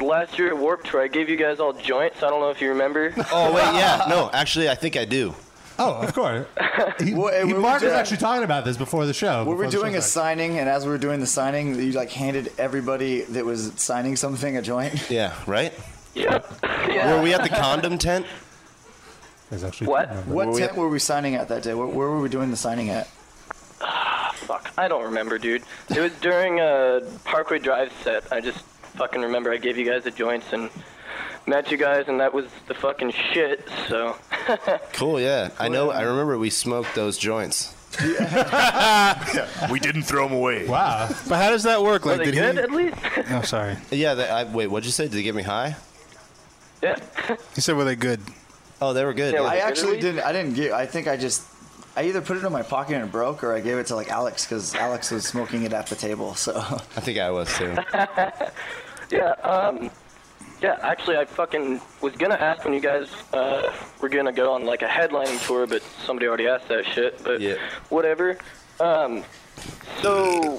last year at Warp Tour. I gave you guys all joints. I don't know if you remember. Oh wait, yeah. No, actually, I think I do. Oh, of course. He, Well, he- we Mark did- was actually talking about this before the We show. before were the doing a show started. signing, and as we were doing the signing, you like handed everybody that was signing something a joint. Yeah. Right. Yeah. Were we at the condom tent? What? What Were we tent were we signing at that day? Where, where were we doing the signing at? Ah, Fuck, I don't remember, dude. It was during a Parkway Drive set. I just fucking remember I gave you guys the joints and met you guys, and that was the fucking shit. So Cool. Yeah. I know. I remember we smoked those joints. we didn't throw them away. Wow. But how does that work? Were they good at least? Oh, sorry. Yeah. They, I, wait. What'd you say? Did they get me high? Yeah. He said, "Were they good?" Oh, they were good. I actually didn't. I didn't get. I think I just. I either put it in my pocket and it broke, or I gave it to like Alex because Alex was smoking it at the table. So I think I was too. Yeah, um, yeah, actually, I fucking was gonna ask when you guys uh, were gonna go on like a headlining tour, but somebody already asked that shit, but whatever. Um, so,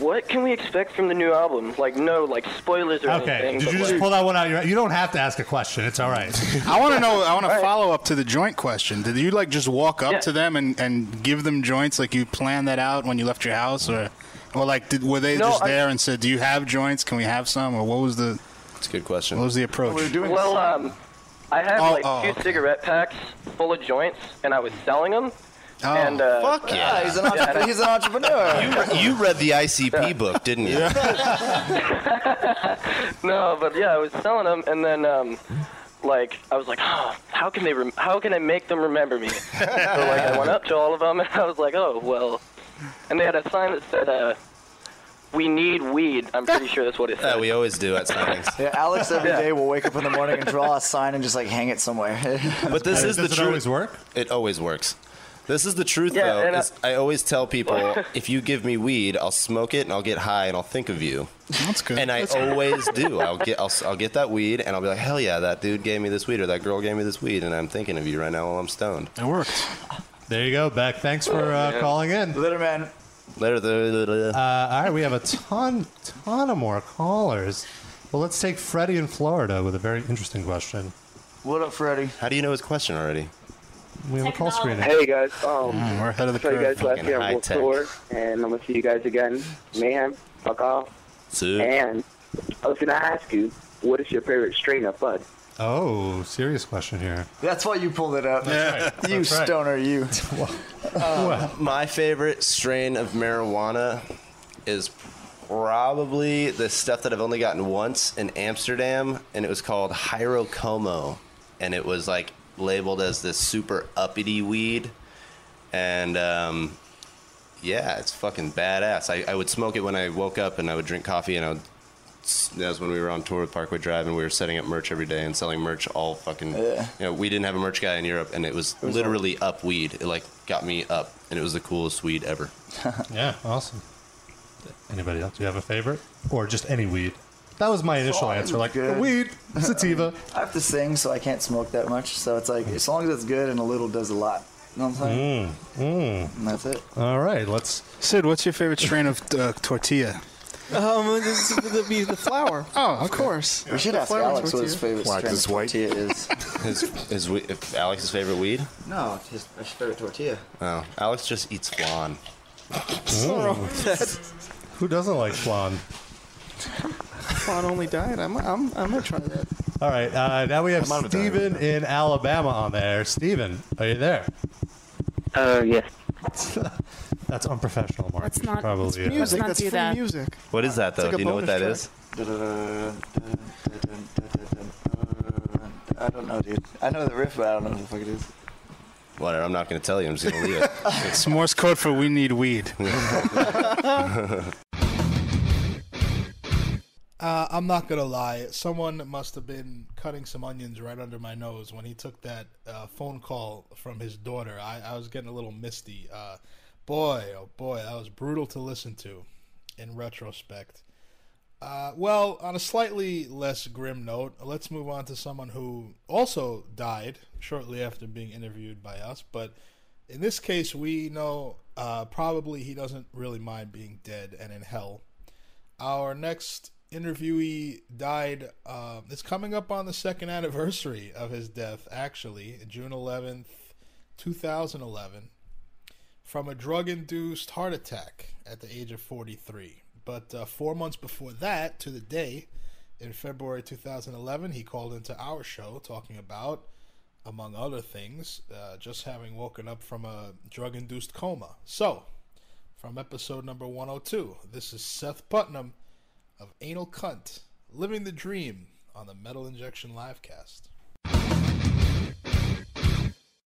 what can we expect from the new album? Like, no, like, spoilers or Okay. anything. Did but you just like- pull that one out? You're- You don't have to ask a question. It's all right. I want to know. I want to follow up to the joint question. Did you like just walk up to them and, and give them joints? Like you planned that out when you left your house, or or like did, were they No, just I- there and said, "Do you have joints? Can we have some?" Or what was the? That's a good question. What was the approach? well, um, I had Oh, like two oh, okay. cigarette packs full of joints, and I was selling them. Oh, and, uh, fuck yeah. He's an entre- and I- he's an You, you read the ICP book, didn't you? No, but yeah, I was selling them, and then um, like I was like, oh, how can they? Rem- how can I make them remember me? so like I went up to all of them, and I was like, oh well, and they had a sign that said, uh, "We need weed." I'm pretty sure that's what it said. Yeah, we always do at signings. yeah, Alex every Yeah. day will wake up in the morning and draw a sign and just like hang it somewhere. But this is the truth. work? It always works. This is the truth, Yeah, though. and I- is I, always tell people, if you give me weed, I'll smoke it and I'll get high and I'll think of you. That's good. And I That's good. always do. I'll get I'll, s- I'll get that weed and I'll be like, hell yeah, that dude gave me this weed or that girl gave me this weed, and I'm thinking of you right now while I'm stoned. It worked. There you go, Beck. Thanks for uh, Yeah. calling in. Later, man. Later, the Uh, all right, we have a ton, ton of more callers. Well, let's take Freddie in Florida with a very interesting question. What up, Freddie? How do you know his question already? We have a call screening. Hey guys, um, Mm, we're ahead of the saw you curve. guys last Fucking year high on Wolf tech. Tour, and I'm gonna see you guys again. Man, fuck off. See. And I was gonna ask you, what is your favorite strain of bud? Oh, serious question here. That's why you pulled it up. That's right. You That's right. stoner, you. My favorite strain of marijuana is probably the stuff that I've only gotten once in Amsterdam, and it was called Hyrocomo, and it was like labeled as this super uppity weed, and um, yeah, it's fucking badass. I, I would smoke it when I woke up, and I would drink coffee, and I would. That was when we were on tour with Parkway Drive, and we were setting up merch every day and selling merch all fucking. Yeah. You know, we didn't have a merch guy in Europe, and it was was literally up weed. It like got me up, and it was the coolest weed ever. Yeah, awesome. Anybody else? Do you have a favorite? Or just any weed? That was my initial answer. Like, Good. weed, sativa. I have to sing, so I can't smoke that much. So it's like as long as it's good and a little does a lot. You know what I'm saying? Mm, mm. And uh, that's it. All right, let's. Sid, what's your favorite strain of uh, tortilla? Um, this is the, the, the flower. Oh, of course. We should The ask flower Alex what tortilla. his favorite Why, 'cause strand it's of tortilla is. Is, is we, if Alex's favorite weed? No, his, his favorite tortilla. No, Alex just eats flan. Who doesn't like flan? Flan only diet. I'm, I'm, I'm gonna try that. All right, uh, now we have I'm out of time. Steven in Alabama on there. Steven, are you there? Uh, yes. That's unprofessional, Mark. Let's not- Probably let's yeah. music, Let's not that's do free that. music. What is that, though? Do you know what that is? I don't know, dude. I know the riff, but I don't know what the fuck it is. Whatever, I'm not going to tell you. I'm just going to leave it. it's Morse code for we need weed. Uh, I'm not gonna lie. Someone must have been cutting some onions right under my nose when he took that uh, phone call from his daughter. I, I was getting a little misty. Uh, boy, oh boy, that was brutal to listen to. In retrospect, uh, well, on a slightly less grim note, let's move on to someone who also died shortly after being interviewed by us. But in this case, we know uh, probably he doesn't really mind being dead and in hell. Our next interviewee died. Uh, it's coming up on the second anniversary of his death, actually, June 11th, 2011, from a drug induced heart attack at the age of 43. But uh, four months before that, to the day, in February 2011, he called into our show talking about, among other things, uh, just having woken up from a drug induced coma. So, from episode number 102, this is Seth Putnam of Anal Cunt, Living the Dream on the Metal Injection Livecast.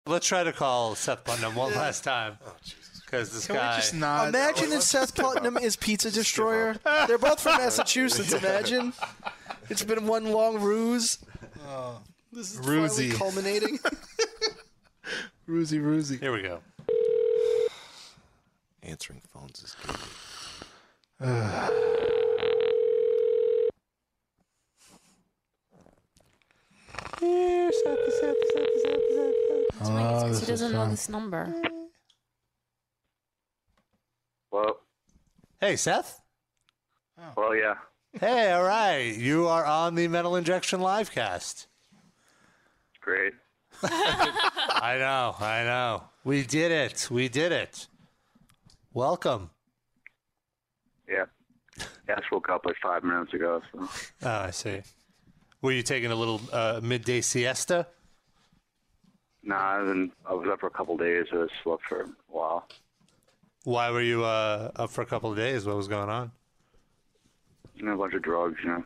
Let's try to call Seth Putnam one last time. Oh, Because this Can we guy. just Imagine if Seth Putnam is Pizza Destroyer. They're both from Massachusetts. Imagine. It's been one long ruse. This is finally Rusey. culminating. Roozy, roozy. Here we go. Answering phones is It's Oh, because he doesn't know this number. Well, Hey, Seth. well, yeah. Hey, all right. You are on the Metal Injection Livecast. Great. I know, I know. We did it. We did it. Welcome. Yeah. Yeah, I just woke up like five minutes ago. So. Oh, I see. Were you taking a little uh, midday siesta? Nah, I've been, I was up for a couple days. I slept for a while. Why were you uh, up for a couple of days? What was going on? You know, a bunch of drugs, you know.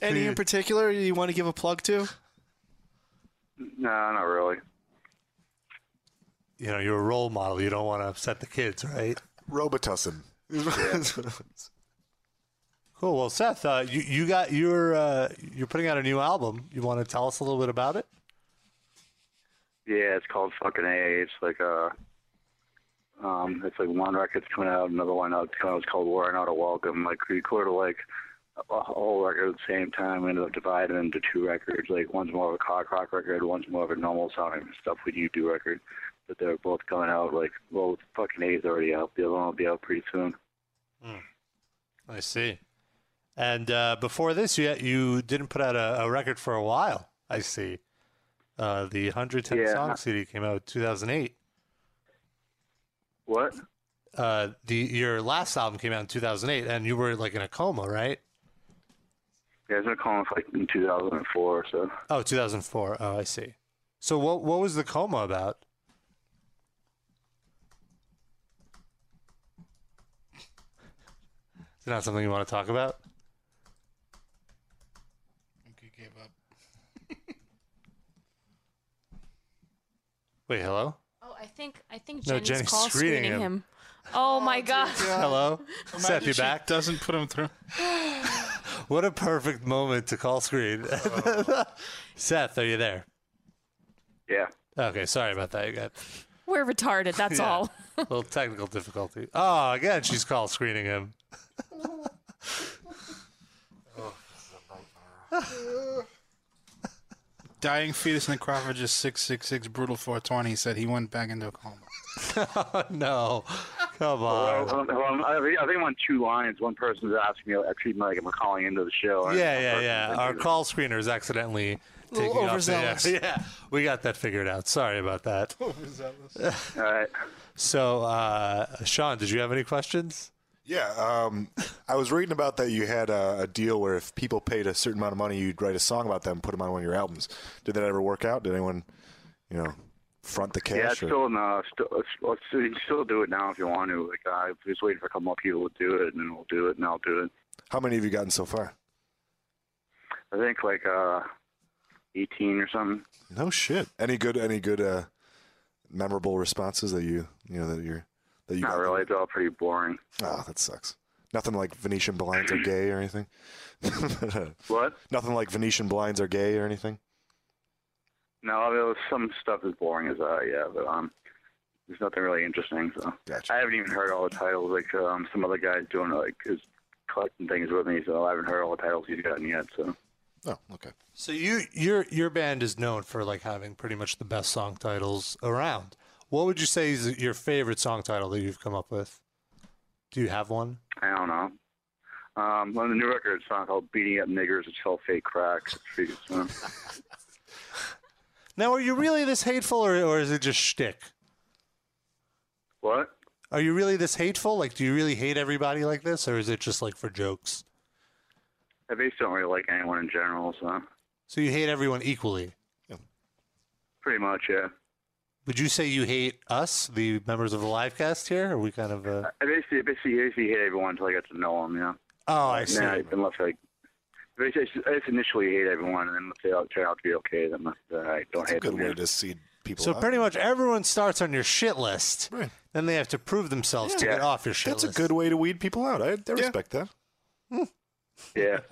Any in particular you want to give a plug to? No, not really. You know, you're a role model. You don't want to upset the kids, right? Robitussin. Cool. Well, Seth, uh, you you got you're uh, you're putting out a new album. You want to tell us a little bit about it? Yeah, it's called fucking AA. It's like uh um, it's like one record's coming out, another one out coming out. It's called War Not a Welcome. Like we recorded like a a whole record at the same time. We ended up dividing into two records. Like one's more of a cock rock record, one's more of a normal sounding stuff we do do record. But they're both coming out. Like well, fucking A is already out. The other one will be out pretty soon. I see. And uh, before this, you you didn't put out a, a record for a while. I see. Uh, the 110 Yeah. song CD came out in 2008. What? Uh, the your last album came out in 2008, and you were like in a coma, right? Yeah, it's been calling for like in 2004. So Oh, 2004. Oh, I see. So what what was the coma about? Is it not something you want to talk about? Wait, hello? Oh, I think I think No, Jenny's, Jenny's call screening screening, him. him. Oh my god. Hello? Seth, you back? Doesn't put him through. What a perfect moment to call screen. Oh. Seth, are you there? Yeah. Okay, sorry about that. You got We're retarded, that's Yeah. all. a little technical difficulty. Oh, again, she's call screening him. Dying fetus necrophagus six six six brutal four twenty said he went back into a coma. no. Come Well, on. um, um, I think I think I'm on two lines. One person's asking me, I treat me like I'm calling into the show. and Yeah, yeah, one yeah. person's Our call screeners accidentally taking Little off the air. overzealous. Yeah, we got that figured out. Sorry about that. All right. So, uh, Sean, did you have any questions? Yeah, um, I was reading about that you had a, a deal where if people paid a certain amount of money, you'd write a song about them and put them on one of your albums. Did that ever work out? Did anyone, you know, front the Yeah, cash? it's still in the. Still, it's, it's, you can still do it now if you want to. Like I'm just waiting for a couple more people to do it, and then we'll do it, and I'll do it. How many have you gotten so far? I think like uh, 18 or something. No shit. Any good? Any good? Uh, memorable responses that you you know that you're that you Not got? really. It's all pretty boring. Ah, that sucks. Nothing like Venetian blinds are gay or anything. What? Nothing like Venetian blinds are gay or anything. No, there was some stuff as boring as that. Yeah, but um, there's nothing really interesting. So I haven't even heard all the titles. Like um, some other guys doing like is collecting things with me, so I haven't heard all the titles he's gotten yet. So. Oh, okay. So you your your band is known for like having pretty much the best song titles around. What would you say is your favorite song title that you've come up with? Do you have one? I don't know. Um, on the new record, it's not called "Beating Up Niggers." It's called "Fake Crack." It's uh, pretty good song. Now, are you really this hateful, or, or is it just shtick? What? Are you really this hateful? Like, do you really hate everybody like this, or is it just like for jokes? I basically don't really like anyone in general, so So you hate everyone equally. pretty much, yeah. Would you say you hate us, the members of the live cast here? Are we kind of? Uh... I basically, basically, basically hate everyone until I get to know them, you know. Oh, I see. Yeah, unless I, basically, I just- I just initially hate everyone, and then if they all turn out to be okay, then uh, I I don't hate them. way to see people. So pretty much everyone starts on your shit list. Right. Then they have to prove themselves to Yeah. get off your shit That's a list. Hmm. good way to weed people out. I, I respect that. Yeah.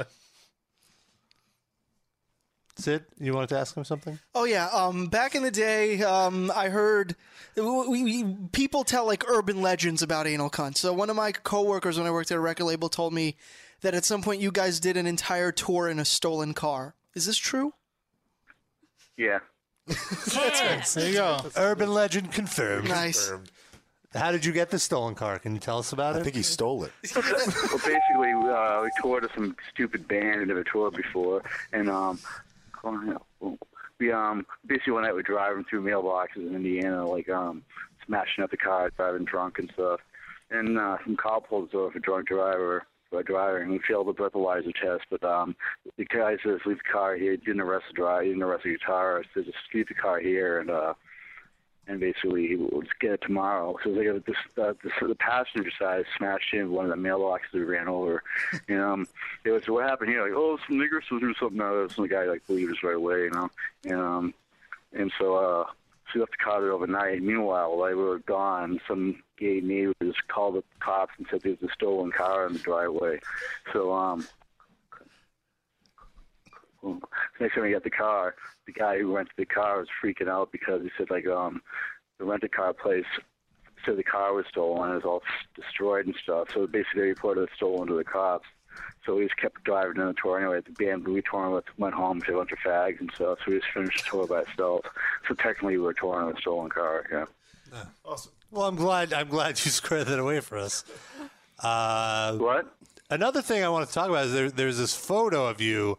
Sid, you wanted to ask him something? Oh yeah, um, back in the day, um, I heard we, we, people tell like urban legends about anal cunt. So one of my coworkers when I worked at a record label told me that at some point you guys did an entire tour in a stolen car. Is this true? Yeah. There you go. Urban legend confirmed. Nice. How did you get the stolen car? Can you tell us about it? I think he stole it. well, basically, uh, we toured with some stupid band we never toured before, and um, we um basically one night we're driving through mailboxes in Indiana, like um smashing up the cars, driving drunk and stuff, and uh, some cop pulls us over for drunk driver. for Driving, we failed the breathalyzer test, but um, the guy says leave the car here. Didn't arrest the driver, didn't arrest the guitarist. Says just leave the car here, and uh, and basically we'll just get it tomorrow. So they got this, uh, this the passenger side smashed in one of the mailboxes we ran over, and um, they was what happened here? Like, oh, some niggers was doing something out of this, and the guy like believed us right away, you know, and um, and so uh, she left the car there overnight. Meanwhile, while we were gone, some gay neighbors called the cops and said there's a stolen car in the driveway, so um. Next time we got the car, the guy who rented the car was freaking out because he said like um the rented car place said the car was stolen. It was all s- destroyed and stuff. So basically, they reported it stolen to the cops. So we just kept driving down the tour anyway. The band we touring with went home to a bunch of fags and stuff. So we just finished the tour by itself. So technically, we were touring with a stolen car. Yeah. Awesome. Well, I'm glad. I'm glad you squared that away for us. Uh, what? Another thing I want to talk about is there, there's this photo of you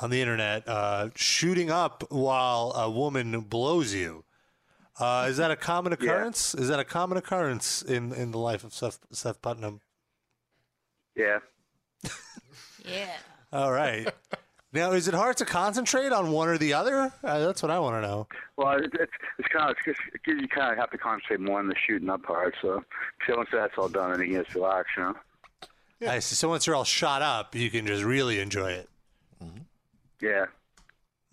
on the internet uh, shooting up while a woman blows you. Uh, is that a common occurrence? Is that a common occurrence in, in the life of Seth, Seth Putnam? Yeah. Yeah. All right. now, is it hard to concentrate on one or the other? Uh, that's what I want to know. Well, it, it's it's kind of it's, just- you kind of have to concentrate more on the shooting up part. So, so once that's all done, then you can just relax. You know. I see. So once you're all shot up, you can just really enjoy it. Yeah.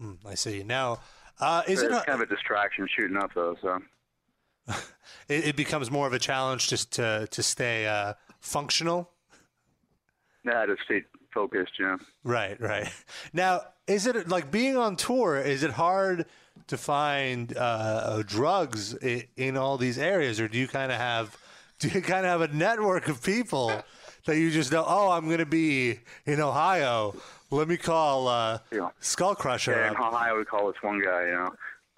Mm, I see. Now, uh, is it it's a- kind of a distraction shooting up though? So. it, it becomes more of a challenge just to to stay uh, functional. Yeah, to stay focused, you know. Right, right. Now, is it like being on tour? Is it hard to find uh, uh, drugs in, in all these areas, or do you kind of have do you kind of have a network of people that you just know? Oh, I'm going to be in Ohio. Let me call uh, Skull Crusher. Yeah, in up." Ohio, we call this one guy, you know.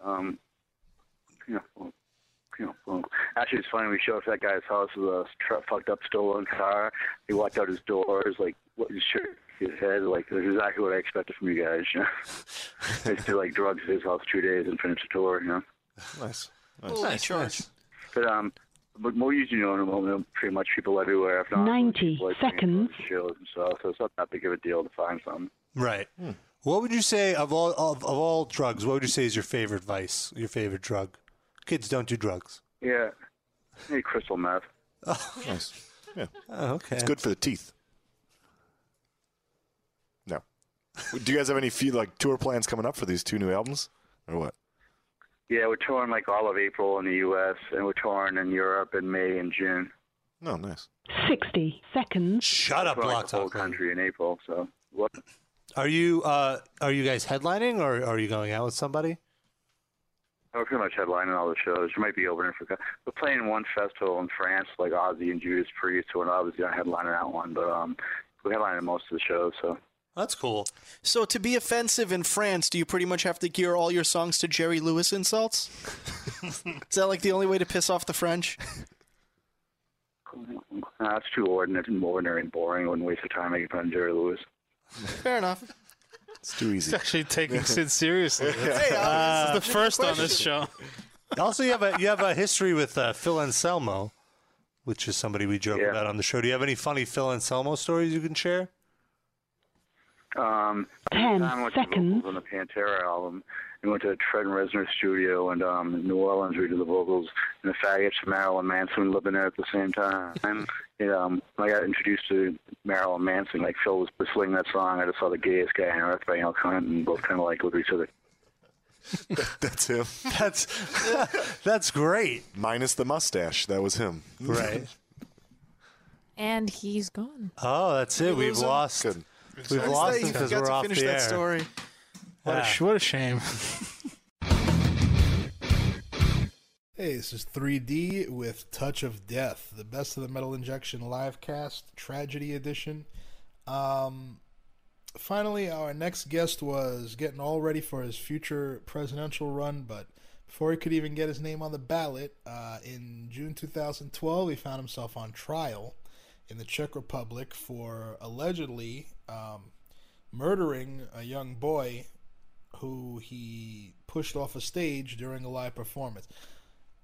Um, you know, you know, boom. Actually, it's funny. We showed up at that guy's house with a tr- fucked up stolen car. He walked out his doors, like, what his shirt, his head, like, that's exactly what I expected from you guys. You know? they used to, like, drugs at his house for two days and finish the tour, you know? Nice. Nice. Nice, But, um, but Moe's, you know, in a moment, pretty much people everywhere. If not, 90 like, seconds. shows and stuff. So it's not that big of a deal to find something. Right. Hmm. What would you say of all of, of all drugs? What would you say is your favorite vice? Your favorite drug? Kids don't do drugs. Yeah. Hey, crystal meth. Oh, nice. Yeah. Oh, okay. It's good for the teeth. No. Do you guys have any few, like tour plans coming up for these two new albums, or what? Yeah, we're touring like all of April in the U.S. and we're touring in Europe in May and June. No, nice. 60 seconds. Shut up, touring Block the whole Talk. country in April. So what? Are you uh, are you guys headlining or are you going out with somebody? We're pretty much headlining all the shows. There might be opening for. We're playing one festival in France, like Ozzy and Judas Priest. So we're obviously not headlining that one, but um, we're headlining most of the shows. So That's cool. So to be offensive in France, do you pretty much have to gear all your songs to Jerry Lewis insults? Is that like the only way to piss off the French? uh, it's too ordinary, ordinary and boring. I wouldn't waste the time making fun of Jerry Lewis. Fair enough. It's too easy. It's actually taking Sid seriously. Hey, That's uh, the first on this show. also, you have a you have a history with uh, Phil Anselmo, which is somebody we joke about on the show. Do you have any funny Phil Anselmo stories you can share? Um, Ten time I went seconds. To vocals on the Pantera album. We went to Fred Reznor's studio in um, New Orleans. We did the vocals, and the faggots of Marilyn Manson were living there at the same time. and, um, when I got introduced to Marilyn Manson. Like Phil was whistling that song. I just saw the gayest guy on earth by Al Cunt, and both kind of like looked at each other. That's him. That's that's great. Minus the mustache. That was him. Right. And he's gone. Oh, that's we it. We've lose him? lost. We've Sucks lost that you him because forgot we're to off finish the that air. story. What, a, Yeah. sh- what a shame. Hey, this is 3D with Touch of Death, the best of the Metal Injection live cast, tragedy edition. Um, finally, our next guest was getting all ready for his future presidential run, but before he could even get his name on the ballot, uh, in June 2012, he found himself on trial in the Czech Republic for allegedly um, murdering a young boy who he pushed off a stage during a live performance.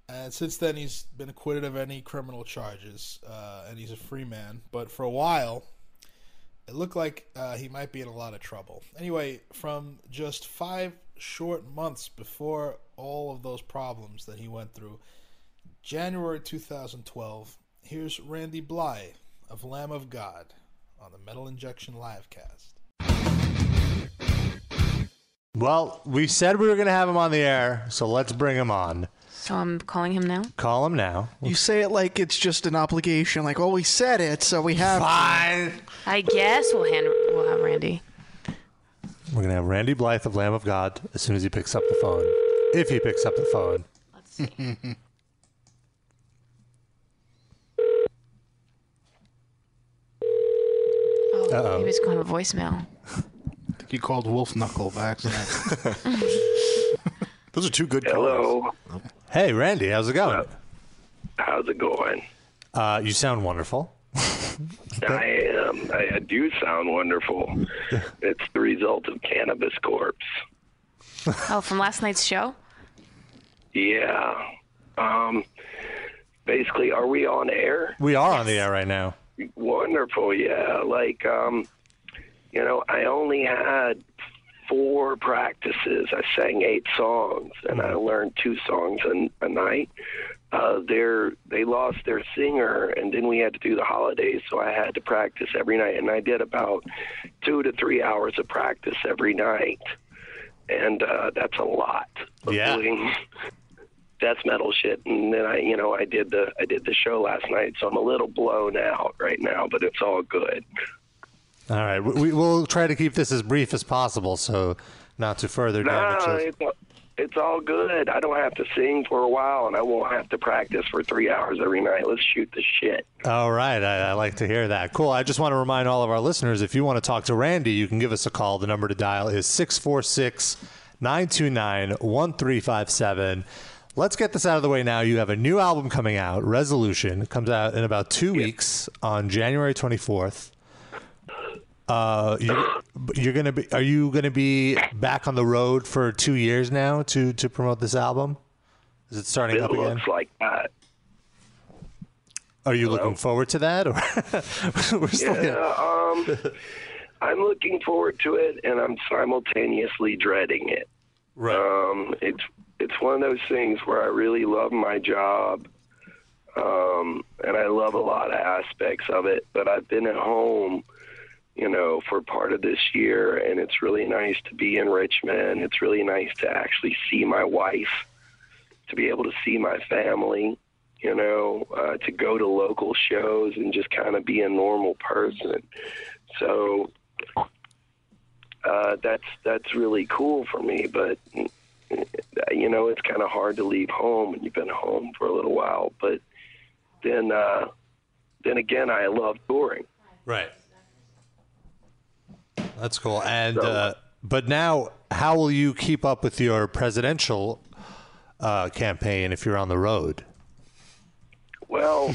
And since then, he's been acquitted of any criminal charges, uh, and he's a free man. But for a while, it looked like uh, he might be in a lot of trouble. Anyway, from just five short months before all of those problems that he went through, January 2012, here's Randy Bly of Lamb of God on the Metal Injection Livecast. Well, we said we were going to have him on the air, so let's bring him on. So I'm calling him now. Call him now. You say it like it's just an obligation. Like, well, we said it, so we have. Fine. I guess we'll hand we'll have Randy. We're going to have Randy Blythe of Lamb of God as soon as he picks up the phone. If he picks up the phone. Let's see. Oh, Uh-oh. he was going to voicemail. I think you called Wolf Knuckle by accident. Those are two good Hello. Hey, Randy, how's it going? How's it going? Uh, you sound wonderful. I am. I, I do sound wonderful. it's the result of Cannabis Corpse. Oh, from last night's show. Yeah. Um. Basically, are we on air? We are on the air right now. Wonderful. Yeah. Like, um, you know, I only had four practices. I sang eight songs, and I learned two songs a, a night. Uh, their they lost their singer, and then we had to do the holidays, so I had to practice every night, and I did about two to three hours of practice every night, and uh, that's a lot. of doing death metal shit, and then I, you know, I did the I did the show last night, so I'm a little blown out right now, but it's all good. All right. We, we- we'll try to keep this as brief as possible so not to further damage No, us. it's all, it's all good. I don't have to sing for a while, and I won't have to practice for three hours every night. Let's shoot the shit. All right, I, I like to hear that. Cool. I just want to remind all of our listeners if you want to talk to Randy, you can give us a call. The number to dial is 646 929 1357. Let's get this out of the way now. You have a new album coming out, Resolution. It comes out in about two weeks on January 24th. Uh, you, you're gonna be. Are you gonna be back on the road for two years now to to promote this album? Is it starting it up again? looks like uh, that. Are you looking forward to that, or we're still yeah, um, I'm looking forward to it, and I'm simultaneously dreading it. Right. Um, it's it's one of those things where I really love my job, um, and I love a lot of aspects of it. But I've been at home, you know, for part of this year, and it's really nice to be in Richmond. It's really nice to actually see my wife, to be able to see my family. You know, uh, to go to local shows and just kind of be a normal person. So uh, that's that's really cool for me. But uh, you know, it's kind of hard to leave home when you've been home for a little while. But then, uh, then again, I love touring. Right. That's cool. And uh, but now, how will you keep up with your presidential uh, campaign if you're on the road? Well,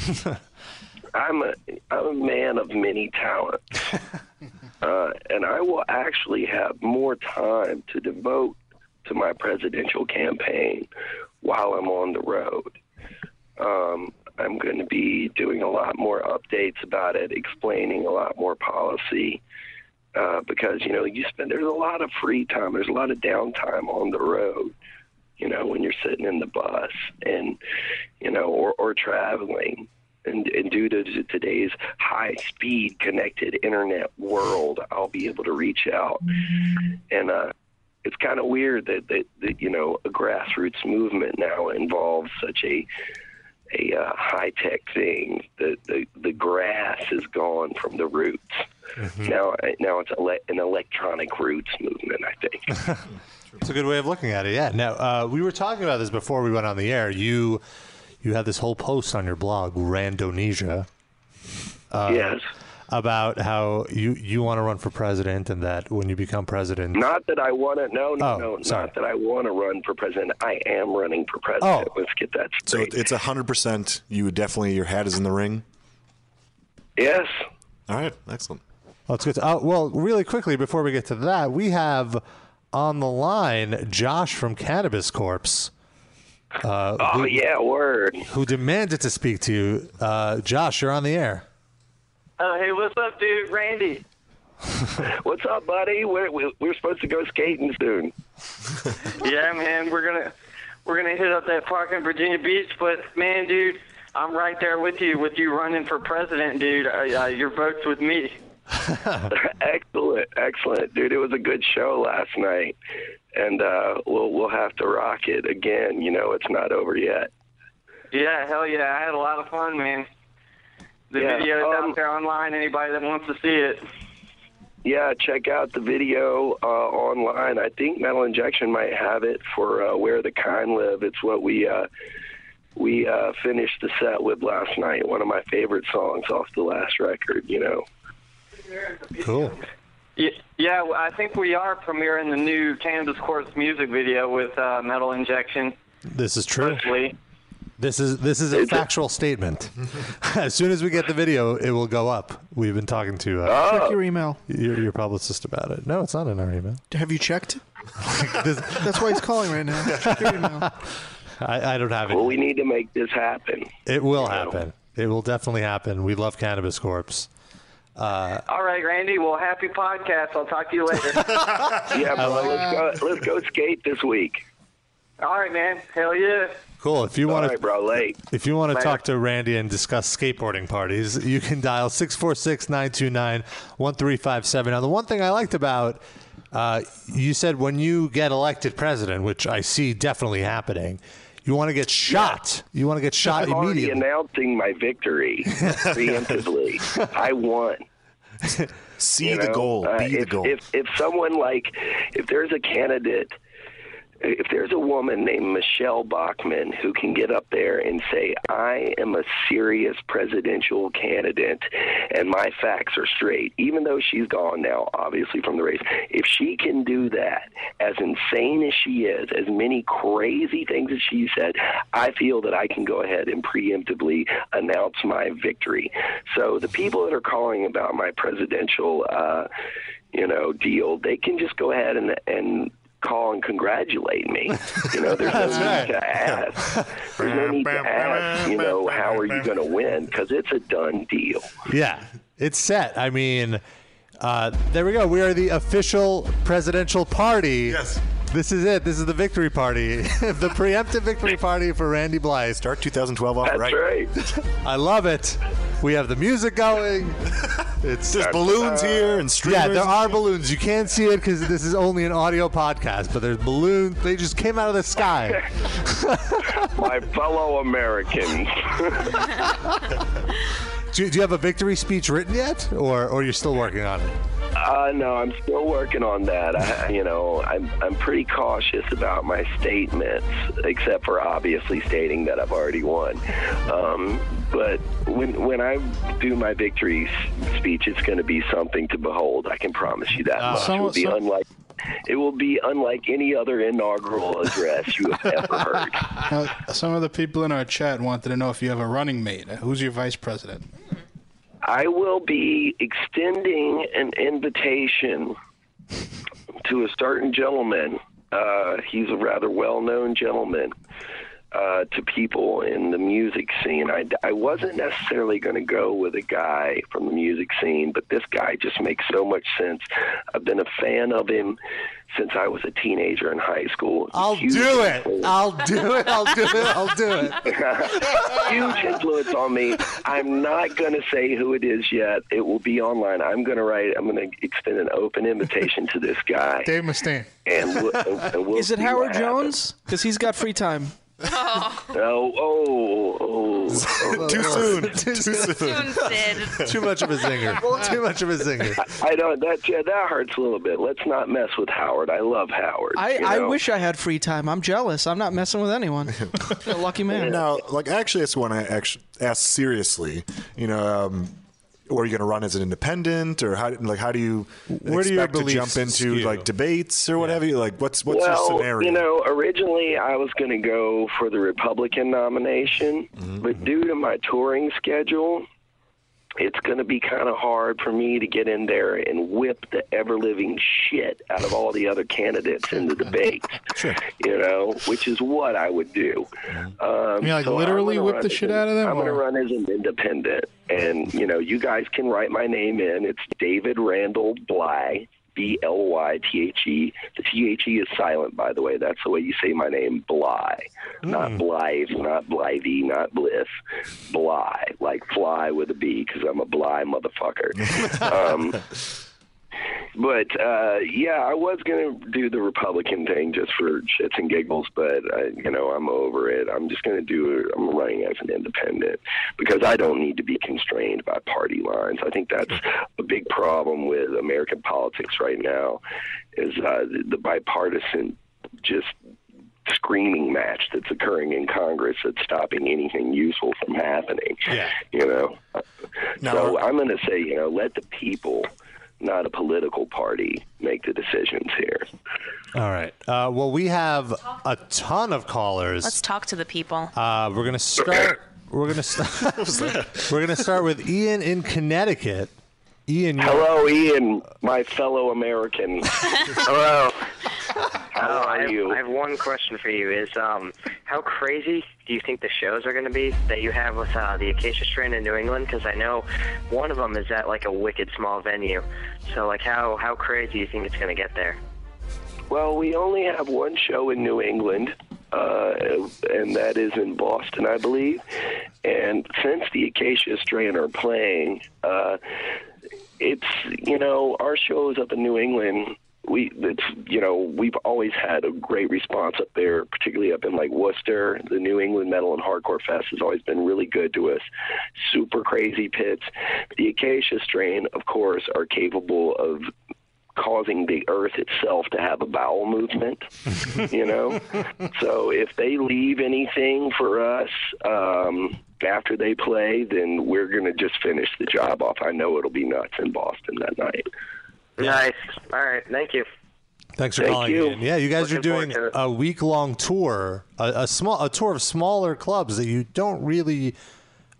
I'm a I'm a man of many talents, uh, and I will actually have more time to devote to my presidential campaign while I'm on the road. Um, I'm going to be doing a lot more updates about it, explaining a lot more policy. Uh, because you know you spend there's a lot of free time there's a lot of downtime on the road you know when you're sitting in the bus and you know or, or traveling and, and due to today's high speed connected internet world, I'll be able to reach out. And uh, it's kind of weird that, that, that, you know, a grassroots movement now involves such a a uh, high tech thing. The, the the grass is gone from the roots. Mm-hmm. Now now it's ele- an electronic roots movement, I think. It's a good way of looking at it. Yeah. Now uh, we were talking about this before we went on the air. You you had this whole post on your blog, Randonesia. Uh, Yes. About how you you want to run for president and that when you become president. Not that I want to. No, no, Mm-hmm. Oh, no. sorry. Not that I want to run for president. I am running for president. Oh. Let's get that So it- it's hundred percent. You would definitely your hat is in the ring. Yes. All right. Excellent. Well, it's good. To, uh, well, really quickly before we get to that, we have on the line Josh from Cannabis Corpse. Uh, Oh, yeah, word. Who demanded to speak to you, uh, Josh? You're on the air. Uh, Oh, hey, what's up, dude? Randy. What's up, buddy? We're, we're we're supposed to go skating soon. yeah, man, we're gonna we're gonna hit up that park in Virginia Beach. But man, dude, I'm right there with you with you running for president, dude. Uh, uh, your vote's with me. excellent, excellent, dude. It was a good show last night, and uh, we'll we'll have to rock it again. You know, it's not over yet. Yeah, hell yeah, I had a lot of fun, man. The Yeah, um, video's out there online. Anybody that wants to see it. Yeah, check out the video uh, online. I think Metal Injection might have it for uh, Where the Kind Live. It's what we uh, we uh, finished the set with last night. One of my favorite songs off the last record. You know. Cool. Yeah, yeah, well, I think we are premiering the new Cannabis Course music video with uh, Metal Injection. This is true. Hopefully. This is this is a factual statement. as soon as we get the video, it will go up. We've been talking to Oh. uh, Check your email. your, your publicist about it. No, it's not in our email. Have you checked? That's why he's calling right now. Check your email. I, I don't have it. Well, we need to make this happen. It will happen. It will definitely happen. We love Cannabis Corpse. Uh, All right, Randy. Well, happy podcast. I'll talk to you later. Yeah, bro, let's go. Let's go skate this week. All right, man. Hell yeah. cool. If you want to, bro, late. If you want to Later. talk to Randy and discuss skateboarding parties, you can dial 646-929-1357. Now, the one thing I liked about uh, you said when you get elected president, which I see definitely happening, you want to get shot. You want to get shot I'm already immediately. announcing my victory preemptively. I won. See You the know? goal. Uh, Be the if, goal. If, if someone like, if there's a candidate if there's a woman named Michelle Bachman who can get up there and say, I am a serious presidential candidate and my facts are straight, even though she's gone now, obviously, from the race, if she can do that, as insane as she is, as many crazy things as she said, I feel that I can go ahead and preemptively announce my victory. So the people that are calling about my presidential, uh, you know, deal, they can just go ahead and, and call and congratulate me. You know, there's no That's need right. to ask. There's no need to ask, you know, how are you going to win? Because it's a done deal. Yeah, it's set. I mean, uh, there we go. We are the official presidential party. Yes. This is it. This is the victory party, the preemptive victory party for Randy Blythe. Start 2012 off right. I love it. We have the music going. It's There's balloons here and Yeah, streamers there and are balloons. You can't see it because this is only an audio podcast, but there's balloons. They just came out of the sky. My fellow Americans. do, do you have a victory speech written yet, or or you're still working on it? Uh, no, I'm still working on that. I, you know, I'm I'm pretty cautious about my statements, except for obviously stating that I've already won. Um, but when when I do my victory s- speech, it's going to be something to behold. I can promise you that Uh, much. it some- will be some- unlike it will be unlike any other inaugural address you have ever heard. Now, some of the people in our chat wanted to know if you have a running mate. Uh, Who's your vice president? I will be extending an invitation to a certain gentleman. Uh, he's a rather well known gentleman uh, to people in the music scene. I, I wasn't necessarily going to go with a guy from the music scene, but this guy just makes so much sense. I've been a fan of him since I was a teenager in high school. I'll do it. I'll do it. I'll do it. I'll do it. Huge influence on me. I'm not going to say who it is yet. It will be online. I'm going to write, I'm going to extend an open invitation to this guy. Dave Mustaine. And we'll, and we'll Is it see Howard what happens. Jones? Because he's got free time. No. Oh, oh, oh. Too soon. Too soon. Too much of a zinger. Too much of a zinger. I don't. That yeah, that hurts a little bit. Let's not mess with Howard. I love Howard. I, you I know? wish I had free time. I'm jealous. I'm not messing with anyone. a lucky man. Now, like, actually, that's one I actually asked seriously. You know, um, are you going to run as an independent, or how? Like, how do you Where do your expect to beliefs jump into skew? like debates or what have you? Like, what's what's well, your scenario? you know, originally I was going to go for the Republican nomination, Mm-hmm, but due to my touring schedule, it's going to be kind of hard for me to get in there and whip the ever living shit out of all the other candidates in the debates. You know, which is what I would do. Um, mean, like, so I'm literally gonna whip run the as shit an- out of them, I'm going to or- run as an independent, and you know, you guys can write my name in. It's David Randall Bly. B L Y T H E. The T H E is silent, by the way. That's the way you say my name, Bly. Hmm. Not Blythe, not Blythe, not Bliss. Bly, like fly with a B, because I'm a Bly motherfucker. um, but uh, yeah, I was gonna do the Republican thing just for shits and giggles, but I, you know I'm over it. I'm just gonna do. I'm running as an independent because I don't need to be constrained by party lines. I think that's a big problem with American politics right now, is uh, the- the bipartisan just screaming match that's occurring in Congress that's stopping anything useful from happening. Yeah. You know, so I'm going to say, you know, let the people, not a political party, make the decisions here. All right. Uh, well, we have a ton of callers. Let's talk to the people. Uh, we're gonna start. We're gonna start. we're gonna start with Ian in Connecticut. Ian, you're- Hello, Ian, my fellow American. Hello. How are I have, you? I have one question for you. Is um, how crazy do you think the shows are going to be that you have with uh, the Acacia Strain in New England? Because I know one of them is at like a wicked small venue. So like, how how crazy do you think it's going to get there? well, we only have one show in New England, uh, and that is in Boston, I believe. And since the Acacia Strain are playing, uh, it's you know our shows up in New England. We it's you know we've always had a great response up there, particularly up in like Worcester. The New England Metal and Hardcore Fest has always been really good to us. Super crazy pits. The Acacia Strain, of course, are capable of causing the earth itself to have a bowel movement, you know? So if they leave anything for us um, after they play, then we're going to just finish the job off. I know it'll be nuts in Boston that night. Nice. All right. Thank you. Thanks for Thank calling you. in. Yeah, you guys Looking are forward doing a week long tour, a, a small a tour of smaller clubs that you don't really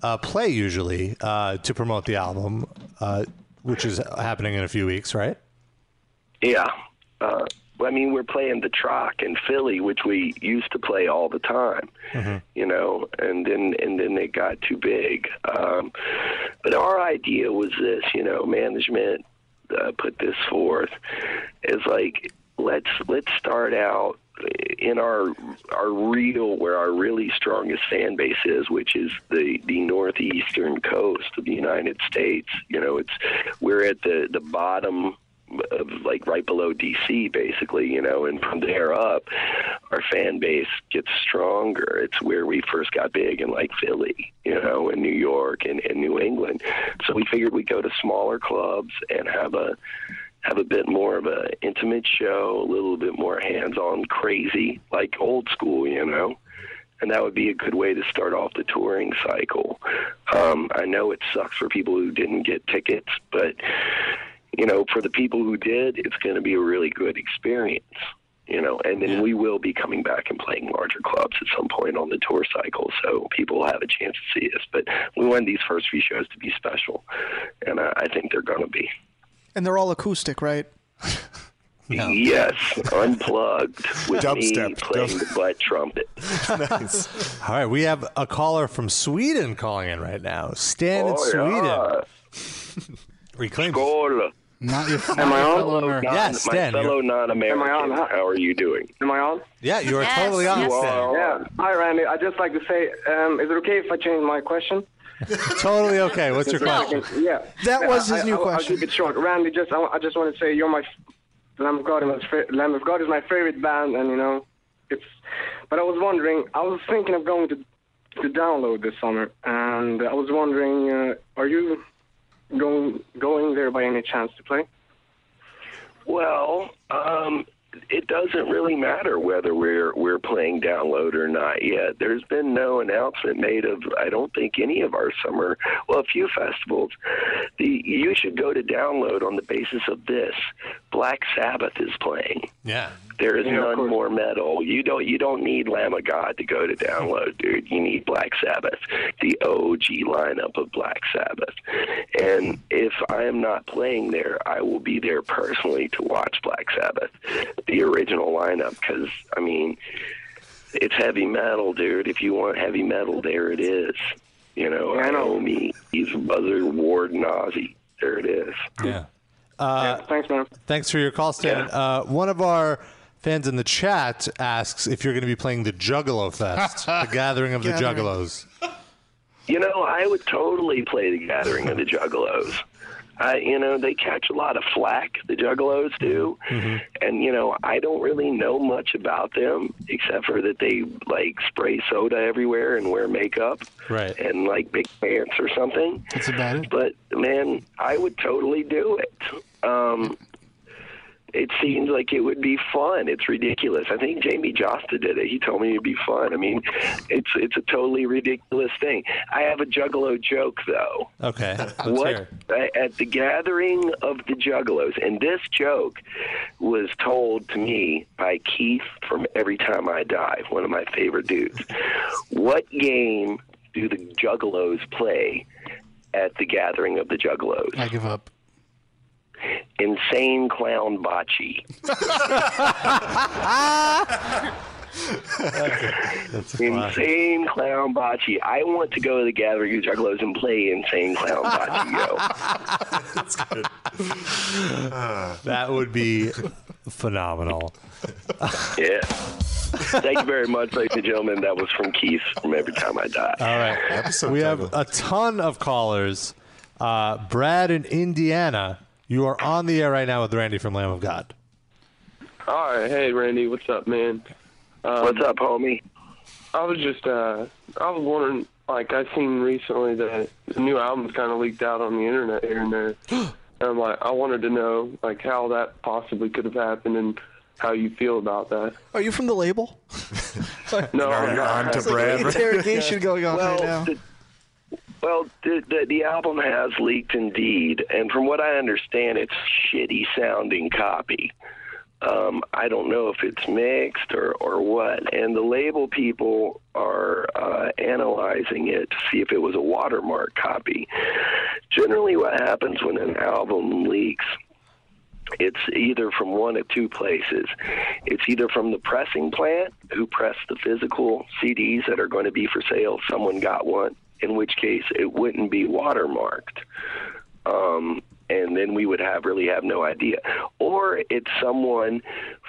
uh, play usually uh, to promote the album, uh, which is happening in a few weeks, right? Yeah. Uh, I mean, we're playing the Troc in Philly, which we used to play all the time. you know, and then and then they got too big. Um, but our idea was this, you know, management uh, put this forth is like let's let's start out in our our real where our really strongest fan base is, which is the the northeastern coast of the United States. You know, it's we're at the the bottom of like right below DC, basically, you know, and from there up, our fan base gets stronger. It's where we first got big in like Philly, you know, in New York and in New England. So we figured we'd go to smaller clubs and have a have a bit more of a intimate show, a little bit more hands on, crazy, like old school, you know and that would be a good way to start off the touring cycle. Um, I know it sucks for people who didn't get tickets, but you know, for the people who did, it's going to be a really good experience. You know, and then we will be coming back and playing larger clubs at some point on the tour cycle, so people will have a chance to see us. But we want these first few shows to be special, and I, I think they're going to be. And they're all acoustic, right? Yes, unplugged with me Dubstep. playing the butt trumpet. All right, we have a caller from Sweden calling in right now. Stan in Oh, Sweden. Reclaim. Skål. Not your Am I on? Yes, my Stan. fellow you're- non-American. Am I on? How are you doing? Am I on? Yeah, you are totally on, Stan. Yeah. Hi, Randy. I'd just like to say, um, is it okay if I change my question? Totally okay. What's your question? Yeah. That was his I, new I, question. I'll keep it short. Randy, just I, I just want to say you're my f- Lamb of God. is My fa- Lamb of God is my favorite band, and you know, it's. But I was wondering. I was thinking of going to to download this summer, and I was wondering, uh, are you going going there by any chance to play? Well, um, it doesn't really matter whether we're we're playing download or not yet. There's been no announcement made of I don't think any of our summer well a few festivals. The you should go to download on the basis of this. Black Sabbath is playing. Yeah. There is Yeah, of none course. more metal. You don't you don't need Lamb of God to go to download, dude. You need Black Sabbath, the OG lineup of Black Sabbath. And if I am not playing there, I will be there personally to watch Black Sabbath, the original lineup. Because I mean, it's heavy metal, dude. If you want heavy metal, there it is. You know, I know me. He's Buzzard Ward and Ozzy. There it is. Yeah. Uh, thanks, man. Thanks for your call, Stan. Uh, one of our fans in the chat asks if you're going to be playing the Juggalo Fest, the gathering of the Gathering. Juggalos. You know, I would totally play the Gathering of the Juggalos. I, you know, they catch a lot of flack. The Juggalos do, and you know, I don't really know much about them except for that they like spray soda everywhere and wear makeup, Right. and like big pants or something. That's about it. But man, I would totally do it. Um, it seems like it would be fun. It's ridiculous. I think Jamie Josta did it. He told me it'd be fun. I mean, it's it's a totally ridiculous thing. I have a Juggalo joke though. Okay. Let's what hear. a- at the gathering of the Juggalos, and this joke was told to me by Keith from Every Time I Die, one of my favorite dudes. What game do the Juggalos play at the gathering of the Juggalos? I give up. Insane clown bocce. Insane Clown Bocce. I want to go to the Gathering of Juggalos and play Insane Clown Bocce, yo. that would be phenomenal. yeah. Thank you very much, ladies and gentlemen. That was from Keith from Every Time I Die. All right. we have a ton of callers. Uh, Brad in Indiana, you are on the air right now with Randy from Lamb of God. All right, hey Randy, what's up, man? Um, what's up, homie? I was just, uh, I was wondering, like, I seen recently that the new album's kind of leaked out on the internet here and there. And I'm like, I wanted to know like how that possibly could have happened and how you feel about that. Are you from the label? No, I'm not. It's like an interrogation going on well, right now. The, well, the, the the album has leaked indeed, and from what I understand, it's shitty sounding copy. Um, I don't know if it's mixed or or what, and the label people are uh, analyzing it to see if it was a watermark copy. Generally, what happens when an album leaks it's either from one of two places. It's either from the pressing plant, who pressed the physical CDs that are going to be for sale. Someone got one, in which case it wouldn't be watermarked. Um, and then we would have really have no idea. Or it's someone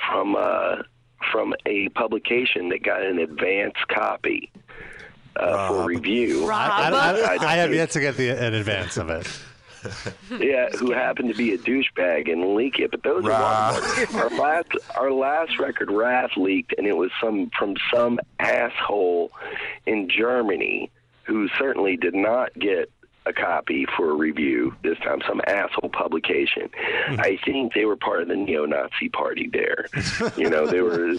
from a, from a publication that got an advance copy uh, for review. I, I- I- I have yet to get the an advance of it. yeah, who happened to be a douchebag and leak it. But those are watermarks. our last our last record, Wrath, leaked, and it was some from some asshole in Germany who certainly did not get a copy for review this time. Some asshole publication. I think they were part of the neo-Nazi party there. you know, they were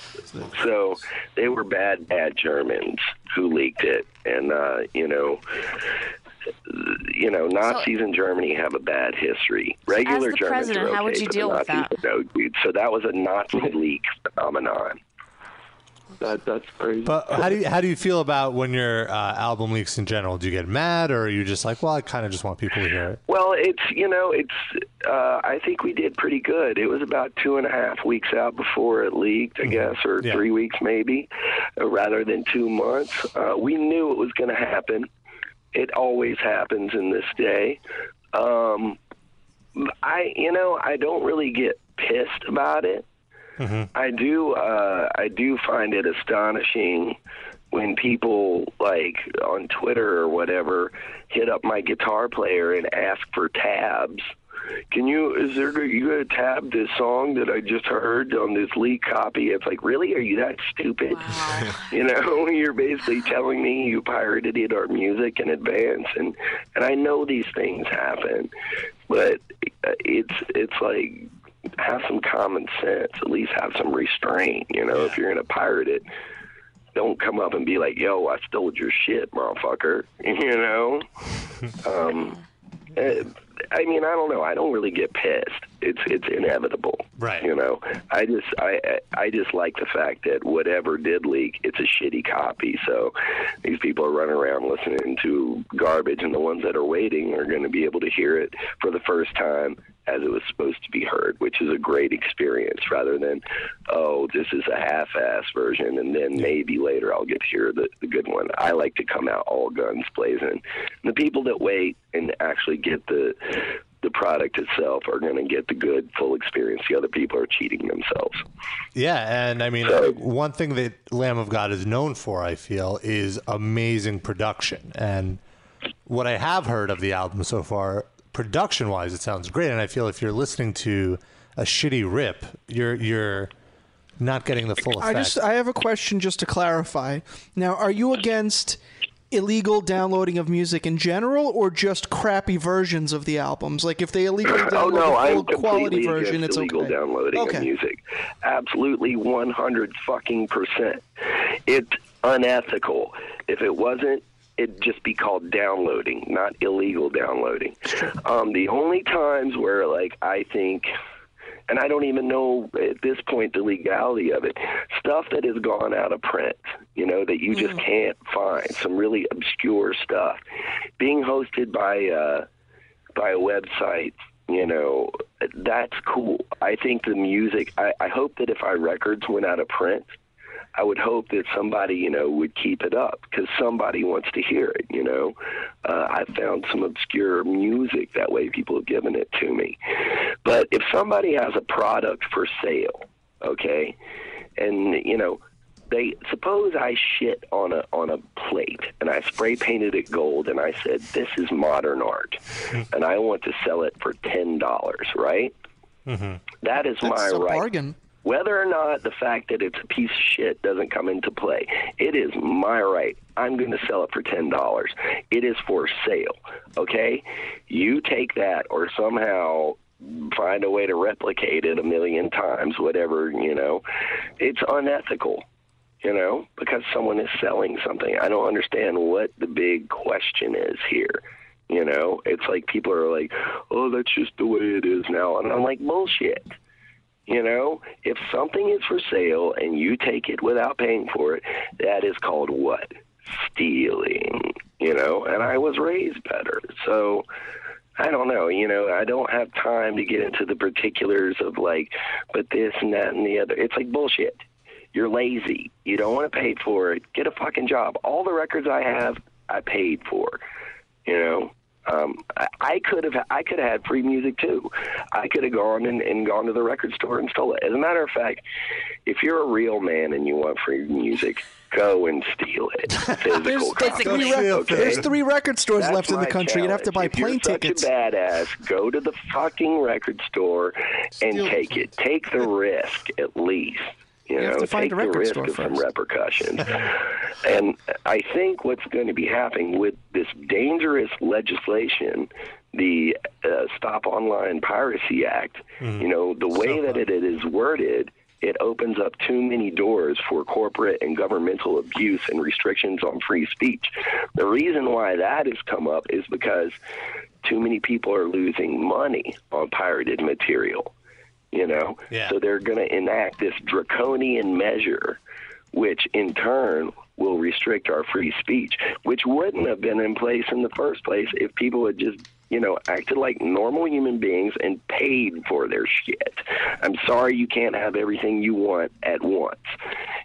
so they were bad, bad Germans who leaked it, and uh, you know you know, Nazis in Germany have a bad history. Regular the Germans president, are okay, how would you but the deal with Nazis that? are No, dude. So that was a Nazi leak phenomenon. That that's crazy. But how do you how do you feel about when your uh, album leaks in general? Do you get mad, or are you just like, well, I kind of just want people to hear it? Well, it's you know, it's. Uh, I think we did pretty good. It was about two and a half weeks out before it leaked, I guess, or three weeks maybe, uh, rather than two months. Uh, we knew it was going to happen. It always happens in this day. Um, I, you know, I don't really get pissed about it. Mm-hmm. I do. Uh, I do find it astonishing when people like on Twitter or whatever hit up my guitar player and ask for tabs. Can you? Is there? You got to tab this song that I just heard on this leak copy? It's like, really? Are you that stupid? you know, you're basically telling me you pirated our music in advance, and and I know these things happen, but it's it's like have some common sense. At least have some restraint. You know, if you're gonna pirate it, don't come up and be like, "Yo, I stole your shit, motherfucker." You know. um, eh, I mean, I don't know. I don't really get pissed. It's it's inevitable. Right. You know, I just I I- I just like the fact that whatever did leak, it's a shitty copy. So these people are running around listening to garbage, and the ones that are waiting are going to be able to hear it for the first time as it was supposed to be heard, which is a great experience. Rather than, oh, this is a half-ass version, and then maybe later I'll get to hear the, the good one. I like to come out all guns blazing. And the people that wait and actually get the the product itself are going to get the good full experience. The other people are cheating themselves. Yeah, and I mean, one thing that Lamb of God is known for, I feel, is amazing production. And what I have heard of the album so far, production wise, it sounds great. And I feel if you're listening to a shitty rip, you're you're not getting the full I effect. just I have a question just to clarify. Now, are you against illegal downloading of music in general, or just crappy versions of the albums? Like if they illegally download oh no, the I'm full quality completely version, against it's illegal okay. downloading Okay. of music. Absolutely, 100 fucking percent. It's unethical. If it wasn't, it'd just be called downloading, not illegal downloading. Um, the only times where, like, I think. And I don't even know at this point the legality of it. Stuff that has gone out of print, you know, that you Mm. just can't find. Some really obscure stuff. Being hosted by uh, by a website, you know, that's cool. I think the music, I, I hope that if our records went out of print, I would hope that somebody, you know, would keep it up because somebody wants to hear it, you know. Uh, I found some obscure music that way people have given it to me. But if somebody has a product for sale, okay, and, you know, they suppose I shit on a on a plate and I spray painted it gold and I said this is modern art and I want to sell it for ten dollars, right? That is my That's a right. bargain. Whether or not the fact that it's a piece of shit doesn't come into play, it is my right. I'm going to sell it for $10. It is for sale. Okay? You take that or somehow find a way to replicate it a million times, whatever, you know, it's unethical, you know, because someone is selling something. I don't understand what the big question is here. You know, it's like people are like, oh, that's just the way it is now. And I'm like, bullshit. You know, if something is for sale and you take it without paying for it, that is called what? Stealing. You know, and I was raised better. So, I don't know. You know, I don't have time to get into the particulars of like, but this and that and the other. It's like bullshit. You're lazy. You don't want to pay for it. Get a fucking job. All the records I have, I paid for. You know, um, I, I could have I could have had free music too. I could have gone and, and gone to the record store and stole it. As a matter of fact, if you're a real man and you want free music, go and steal it. Physical There's like copy. three, rec- Okay? there's three record stores That's left in the my country. You'd have to buy challenge. plane if you're tickets. Such a badass. Go to the fucking record store and take it. Take the risk at least. You, know, have to find take a record the risk store of some first. repercussions. and I think what's going to be happening with this dangerous legislation, the uh, Stop Online Piracy Act, Mm-hmm. you know, the way that it is worded, it opens up too many doors for corporate and governmental abuse and restrictions on free speech. The reason why that has come up is because too many people are losing money on pirated material, you know? So they're going to enact this draconian measure, which in turn will restrict our free speech, which wouldn't have been in place in the first place if people had just, you know, acted like normal human beings and paid for their shit. I'm sorry you can't have everything you want at once.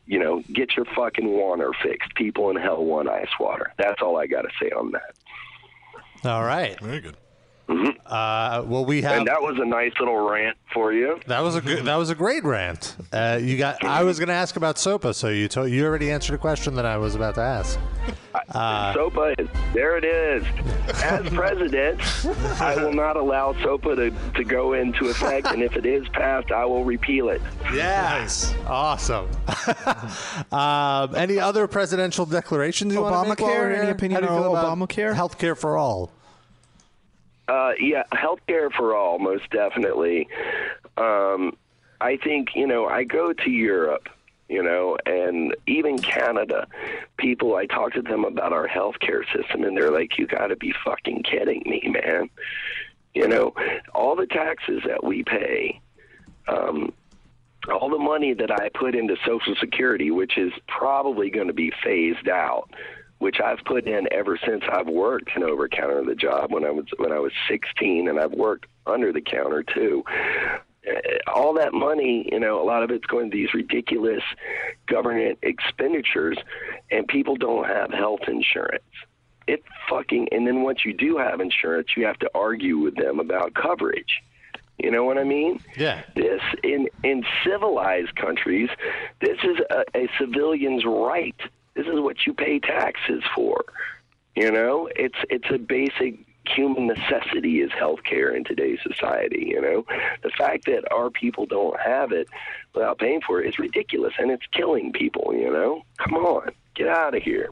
You know, get your fucking water fixed. People in hell want ice water. That's all I got to say on that. All right. Very good. Uh, well, we have. Mm-hmm. And that was a nice little rant for you. That was a good, that was a great rant. Uh, you got. I was going to ask about SOPA, so you told you already answered a question that I was about to ask. Uh, SOPA is there. It is. As president, I will not allow SOPA to, to go into effect, and if it is passed, I will repeal it. Yes. Awesome. um, any other presidential declarations you want to make? while we're Obamacare? Any here? opinion How do you on feel about Healthcare for all. Uh, yeah, healthcare for all, most definitely. Um, I think you know I go to Europe, you know, and even Canada. People, I talk to them about our healthcare system, and they're like, "You got to be fucking kidding me, man!" You know, all the taxes that we pay. Um, all the money that I put into Social Security, which is probably going to be phased out, which I've put in ever since I've worked an over counter the job when I was when I was 16, and I've worked under the counter too. Uh, All that money, you know, a lot of it's going to these ridiculous government expenditures, and people don't have health insurance. It fucking, and then once you do have insurance, you have to argue with them about coverage. You know what I mean? Yeah. This in in civilized countries, this is a, a civilian's right. This is what you pay taxes for. You know, it's it's a basic human necessity is healthcare in today's society. You know, the fact that our people don't have it without paying for it is ridiculous, and it's killing people. You know, come on, get out of here.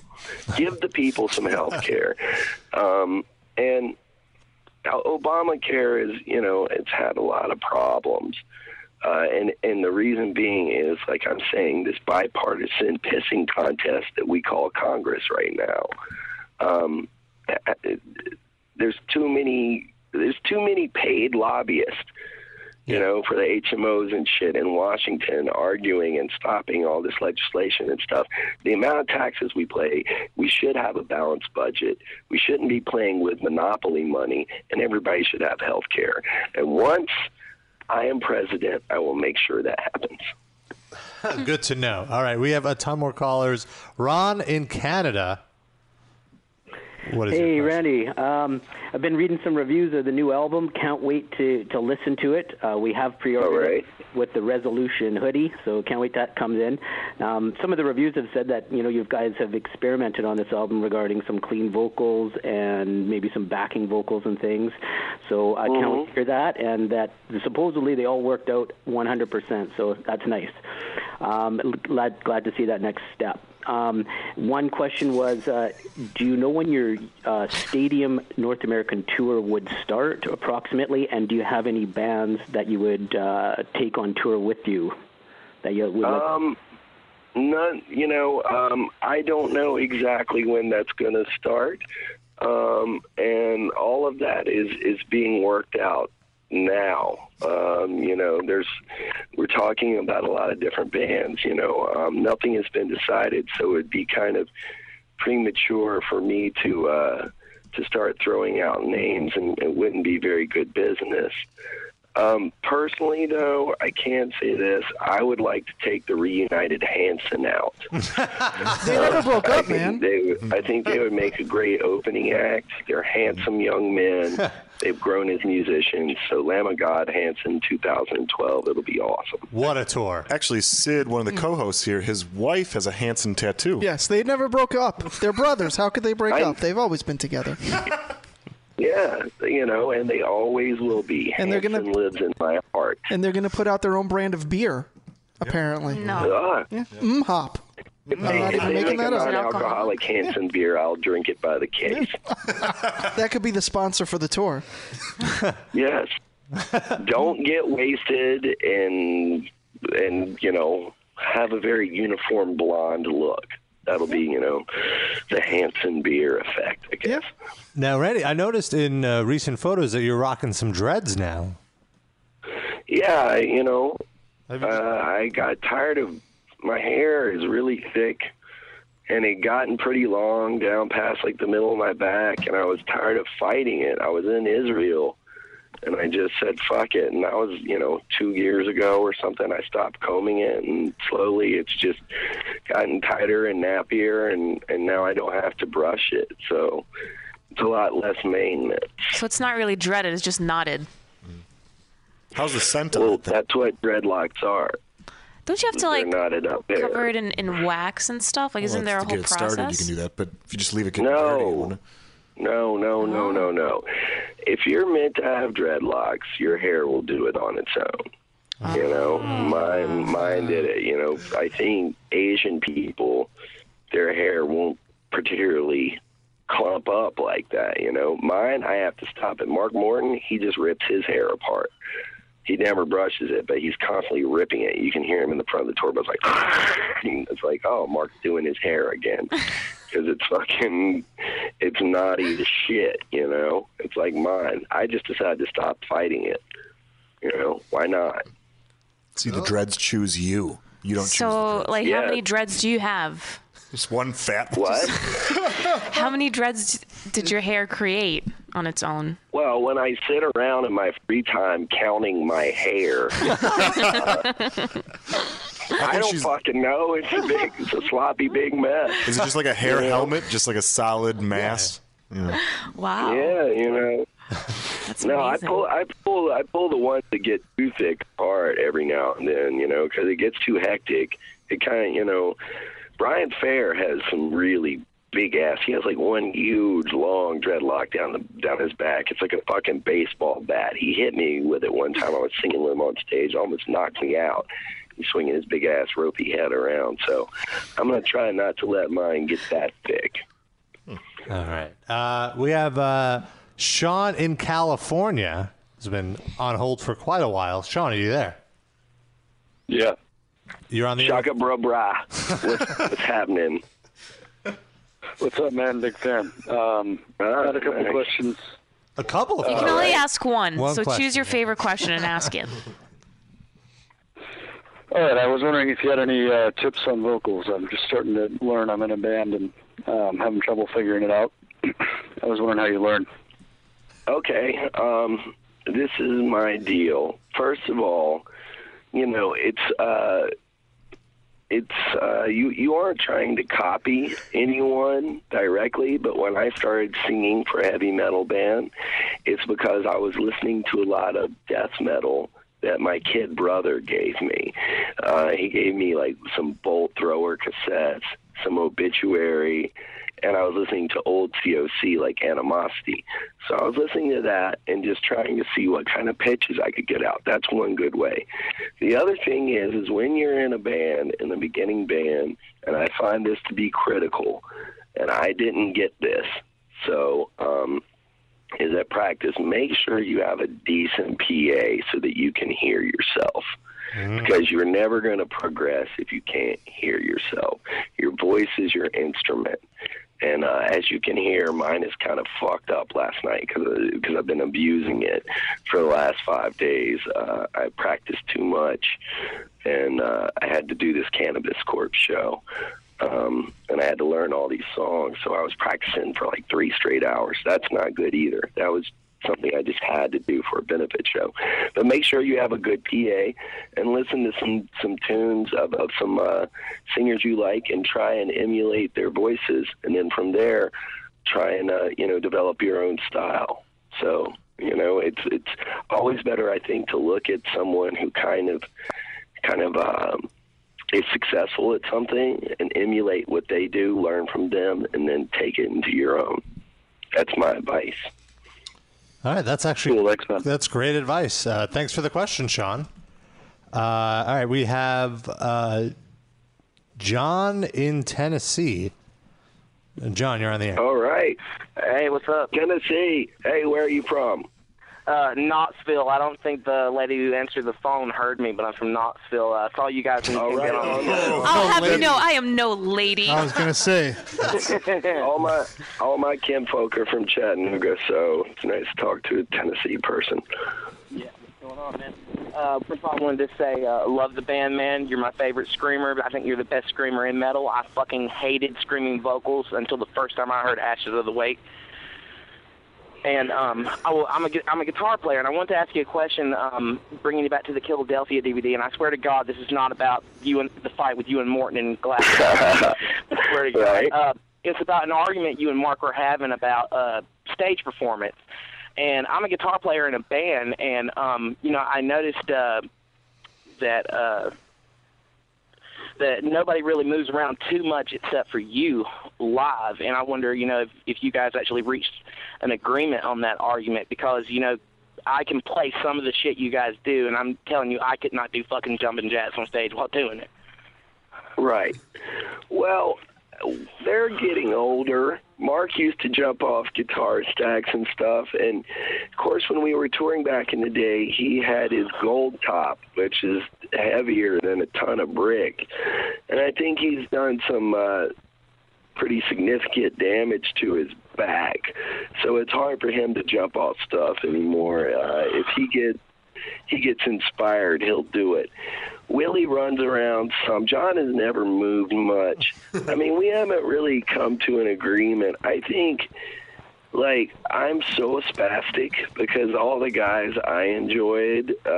Give the people some healthcare, um, and now, Obamacare is, you know, it's had a lot of problems. Uh, and, and the reason being is, like I'm saying, this bipartisan pissing contest that we call Congress right now. Um, there's too many there's too many paid lobbyists you know, for the HMOs and shit in Washington arguing and stopping all this legislation and stuff. The amount of taxes we pay, we should have a balanced budget. We shouldn't be playing with monopoly money, and everybody should have health care. And once I am president, I will make sure that happens. Good to know. All right, we have a ton more callers. Ron in Canada. What is it? hey, Randy. Um, I've been reading some reviews of the new album. Can't wait to, to listen to it. Uh, we have pre-ordered it with the Resolution hoodie, so can't wait that comes in. Um, some of the reviews have said that you know you guys have experimented on this album regarding some clean vocals and maybe some backing vocals and things. So I can't wait to hear that, and that supposedly they all worked out 100%. So that's nice. Um, glad glad to see that next step. Um, one question was, uh, do you know when your uh, stadium North American tour would start approximately, and do you have any bands that you would uh, take on tour with you that you would like Um, none. You know, um, I don't know exactly when that's going to start, um, and all of that is is being worked out now. Um, you know, there's we're talking about a lot of different bands. You know, um, nothing has been decided, so it'd be kind of premature for me to uh, to start throwing out names, and it wouldn't be very good business. Um, personally, though, I can say this: I would like to take the reunited Hanson out. They never broke I think They, would- I think they would make a great opening act. They're handsome young men. They've grown as musicians. So Lamb of God, Hanson, 2012. It'll be awesome. What a tour! Actually, Sid, one of Hmm. the co-hosts here, his wife has a Hanson tattoo. Yes, they never broke up. They're brothers. How could they break up? They've always been together. Yeah, you know, and they always will be. And they're gonna- Hanson lives in my heart. And they're going to put out their own brand of beer, apparently. Ah. Yeah. Mm hop. If I'm they, not if even they making make a that up. non-alcoholic Hanson beer, I'll drink it by the case. That could be the sponsor for the tour. Yes. Don't get wasted and and you know have a very uniform blonde look. That'll be you know the Hanson beer effect. I guess. Now, Randy, I noticed in uh, recent photos that you're rocking some dreads now. Yeah, I- you know, uh, I got tired of my hair is really thick, and it gotten pretty long down past like the middle of my back, and I was tired of fighting it. I was in Israel, and I just said fuck it, and that was you know two years ago or something. I stopped combing it, and slowly it's just gotten tighter and nappier, and and now I don't have to brush it, so it's a lot less maintenance. So it's not really dreaded, it's just knotted. How's the scent? Well, that's what dreadlocks are. Don't you have to They're like knotted up there. cover it in, in wax and stuff? Like, isn't there a whole process? that, but if you just leave it getting no. No, no, no, Oh. no, no. If you're meant to have dreadlocks, your hair will do it on its own. You know, Oh. mine, mine did it. You know, I think Asian people, their hair won't particularly clump up like that. You know, mine, I have to stop it. Mark Morton, he just rips his hair apart. He never brushes it, but he's constantly ripping it. You can hear him in the front of the tour bus, like, it's like, oh, Mark's doing his hair again. Because it's fucking, it's naughty as shit, you know? It's like mine. I just decided to stop fighting it. You know, why not? See, Oh. the dreads choose you. You don't So, like, how Yeah. many dreads do you have? choose just one fat. What? How many dreads d- did your hair create on its own? Well, when I sit around in my free time counting my hair, uh, I don't fucking know. It's a big, it's a sloppy big mess. Is it just like a hair You know? helmet? Just like a solid mass? Yeah. Wow. Yeah, you know. no, I pull, I pull, I pull the ones that get too thick apart every now and then, you know, because it gets too hectic. It kind of, you know, Brian Fair has some really big ass. He has like one huge long dreadlock down the down his back. It's like a fucking baseball bat. He hit me with it one time. I was singing with him on stage, almost knocked me out. He's swinging his big ass ropey head around. So I'm gonna try not to let mine get that thick. All right. Uh, we have uh, Sean in California. Has been on hold for quite a while. Sean, are you there? Yeah. You're on the Shaka bra bra. What's, what's happening? What's up, man? Big fan. Um, I had a couple thanks. questions. A couple You Uh, can only ask one, One so question. choose your favorite question and ask it. All right, I was wondering if you had any uh, tips on vocals. I'm just starting to learn. I'm in a band and um, having trouble figuring it out. I was wondering how you learn. Okay. Um, this is my deal. First of all, you know, it's uh, it's uh, you you aren't trying to copy anyone directly, but when I started singing for a heavy metal band, it's because I was listening to a lot of death metal that my kid brother gave me. Uh, he gave me like some bolt thrower cassettes, some obituary, and I was listening to old COC like Animosity. So I was listening to that and just trying to see what kind of pitches I could get out. That's one good way. The other thing is, is when you're in a band, in the beginning band, and I find this to be critical, and I didn't get this. So, um, is at practice, make sure you have a decent PA so that you can hear yourself. Because you're never going to progress if you can't hear yourself. Your voice is your instrument. And uh, as you can hear, mine is kind of fucked up last night because I've been abusing it for the last five days. Uh, I practiced too much, and uh, I had to do this Cannabis Corp show. Um, and I had to learn all these songs, so I was practicing for like three straight hours. That's not good either. That was something I just had to do for a benefit show. But make sure you have a good PA and listen to some some tunes of, of some uh, singers you like and try and emulate their voices, and then from there, try and uh, you know develop your own style. So you know it's it's always better I think to look at someone who kind of kind of um, is successful at something and emulate what they do, learn from them, and then take it into your own. That's my advice. All right, that's actually that's great advice. Uh, thanks for the question, Sean. Uh, all right, we have uh, John in Tennessee. Uh, John, you're on the air. Oh. All right. Hey, what's up? Tennessee. Hey, where are you from? Uh, Knoxville. I don't think the lady who answered the phone heard me, but I'm from Knoxville. Uh, I saw you guys in the right. I'll have you know, I am no lady. gonna say. all my all my kinfolk are from Chattanooga, so it's nice to talk to a Tennessee person. going on, man? Uh, first of all, I wanted to say, uh, love the band, man. You're my favorite screamer. but I think you're the best screamer in metal. I fucking hated screaming vocals until the first time I heard Ashes of the Wake. And um, I will, I'm, a, gu- I'm a guitar player, and I want to ask you a question, um, bringing you back to the Philadelphia DVD. And I swear to God, this is not about you and the fight with you and Morton and Glass. I swear to God. Right. Uh, it's about an argument you and Mark were having about uh, stage performance and I'm a guitar player in a band, and um, you know, I noticed uh, that uh, that nobody really moves around too much except for you live, and I wonder, you know, if, if you guys actually reached an agreement on that argument because you know. I can play some of the shit you guys do, and I'm telling you, I could not do fucking jumping jacks on stage while doing it. Right. Well, they're getting older. Mark used to jump off guitar stacks and stuff. And of course, when we were touring back in the day, he had his gold top, which is heavier than a ton of brick. And I think he's done some uh, pretty significant damage to his back. So it's hard for him to jump off stuff anymore. Uh, if he gets he gets inspired, he'll do it. Willie runs around some. John has never moved much. I mean, we haven't really come to an agreement. I think, like, I'm so spastic because all the guys I enjoyed uh,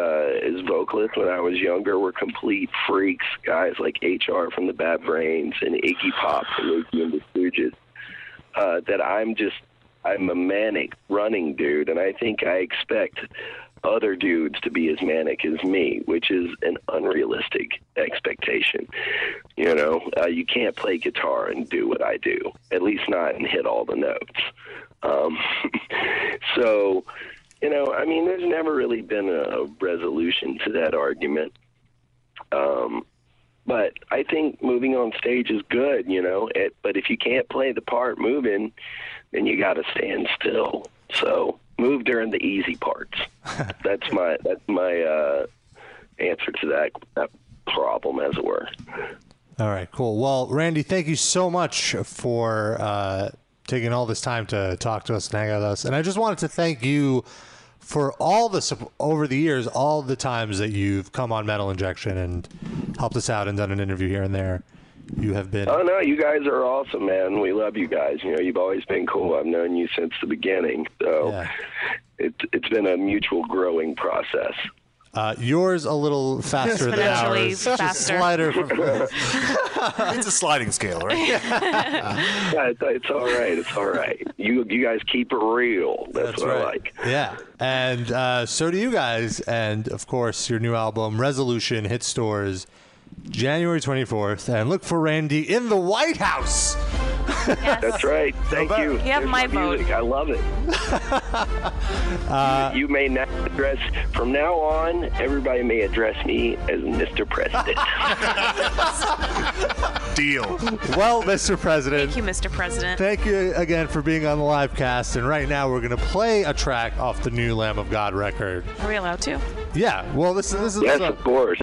as vocalists when I was younger were complete freaks. Guys like HR from the Bad Brains and Iggy Pop from Lucy and the Stooges. Uh, that I'm just, I'm a manic running dude, and I think I expect other dudes to be as manic as me, which is an unrealistic expectation. You know, uh, you can't play guitar and do what I do, at least not and hit all the notes. Um, so, you know, I mean, there's never really been a resolution to that argument. Um, but I think moving on stage is good, you know. It, but if you can't play the part moving, then you got to stand still. So move during the easy parts. that's my that's my uh, answer to that that problem, as it were. All right, cool. Well, Randy, thank you so much for uh, taking all this time to talk to us and hang out with us. And I just wanted to thank you for all the sup- over the years, all the times that you've come on Metal Injection and helped us out and done an interview here and there. You have been Oh no, you guys are awesome, man. We love you guys. You know, you've always been cool. I've known you since the beginning, so it's it's been a mutual growing process. uh, yours a little faster than Exponentially ours. Just faster. slider from- It's a sliding scale, right? yeah, it's, it's all right. It's all right. You you guys keep it real. That's, what I like. Yeah, and uh, so do you guys. And of course, your new album, Resolution, hit stores January 24th. And look for Randy in the White House. That's right. Thank you. You have There's my vote. music. I love it. you, you may not address from now on. Everybody may address me as Mr. President. Deal. Well, Mr. President. Thank you, Mr. President. Thank you again for being on the live cast. And right now, we're going to play a track off the new Lamb of God record. Are we allowed to? Yeah. Well, this is this is Yes, of course.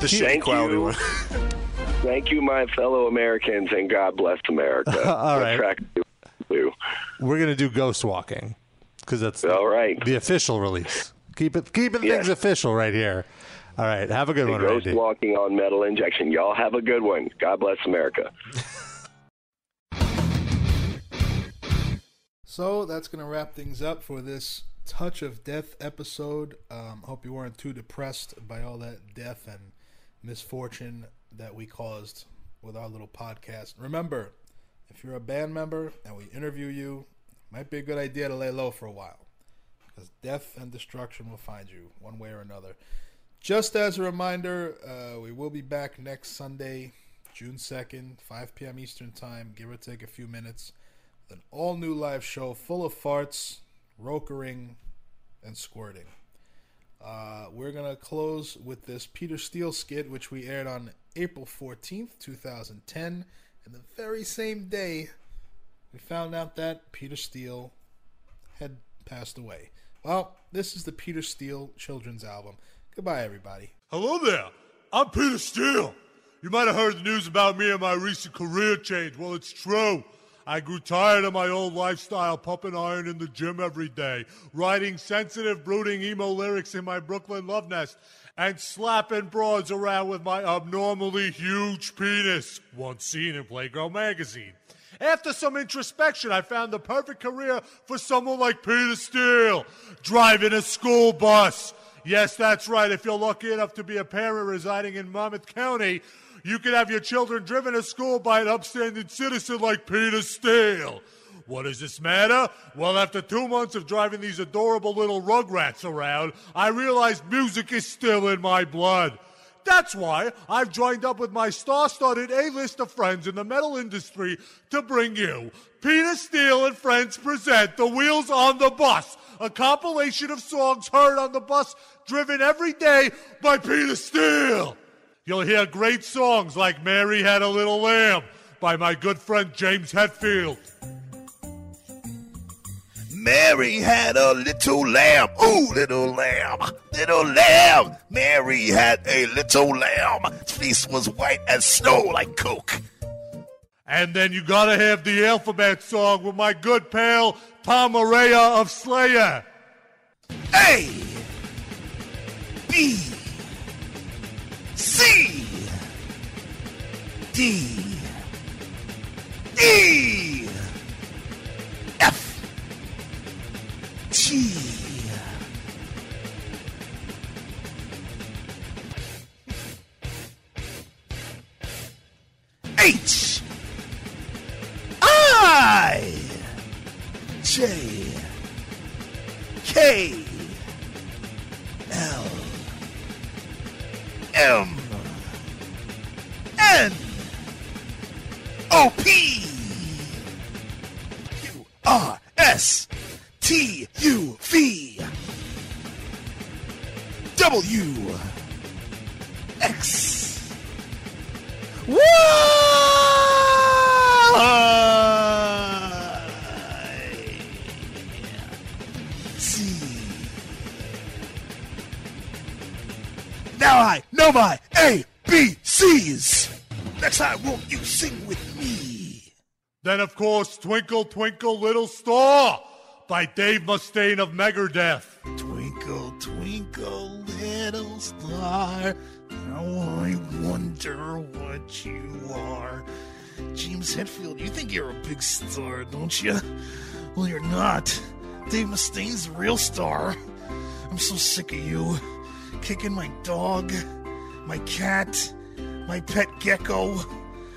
the shake quality one. Thank you, my fellow Americans, and God bless America. All What right. track do you we're going to do Ghost Walking because that's All right. the official release. Keep it keeping Yes. things official right here. All right. Have a good do? one, Ghost Randy. walking on metal injection. Y'all have a good one. God bless America. So that's gonna wrap things up for this touch of death episode. Um, hope you weren't too depressed by all that death and misfortune that we caused with our little podcast. Remember, if you're a band member and we interview you, might be a good idea to lay low for a while, because death and destruction will find you one way or another. Just as a reminder, uh, we will be back next Sunday, June 2nd, 5 p.m. Eastern Time, give or take a few minutes, with an all new live show full of farts, rokering, and squirting. Uh, we're going to close with this Peter Steele skit, which we aired on April 14th, 2010. And the very same day, we found out that Peter Steele had passed away. Well, this is the Peter Steele Children's Album. Goodbye, everybody. Hello there. I'm Peter Steele. You might have heard the news about me and my recent career change. Well, it's true. I grew tired of my old lifestyle, pumping iron in the gym every day, writing sensitive, brooding emo lyrics in my Brooklyn love nest, and slapping broads around with my abnormally huge penis, once seen in Playgirl magazine. After some introspection, I found the perfect career for someone like Peter Steele, driving a school bus. Yes, that's right. If you're lucky enough to be a parent residing in Monmouth County, you could have your children driven to school by an upstanding citizen like Peter Steele. What does this matter? Well, after two months of driving these adorable little rugrats around, I realized music is still in my blood. That's why I've joined up with my star studded A list of friends in the metal industry to bring you Peter Steele and Friends present The Wheels on the Bus, a compilation of songs heard on the bus driven every day by Peter Steele. You'll hear great songs like Mary Had a Little Lamb by my good friend James Hetfield. Mary had a little lamb. Ooh, little lamb, little lamb. Mary had a little lamb. Its face was white as snow like coke. And then you gotta have the alphabet song with my good pal Tom Araya of Slayer. A B C D E F G H I J K L M N O P Q R S T U V W X Y Z. Now I know my A B C's. Next time, won't you sing with me? Then, of course, Twinkle Twinkle Little Star by Dave Mustaine of Megadeth. Twinkle, twinkle, little star. Now I wonder what you are. James Hetfield, you think you're a big star, don't you? Well, you're not. Dave Mustaine's a real star. I'm so sick of you. Kicking my dog, my cat, my pet gecko.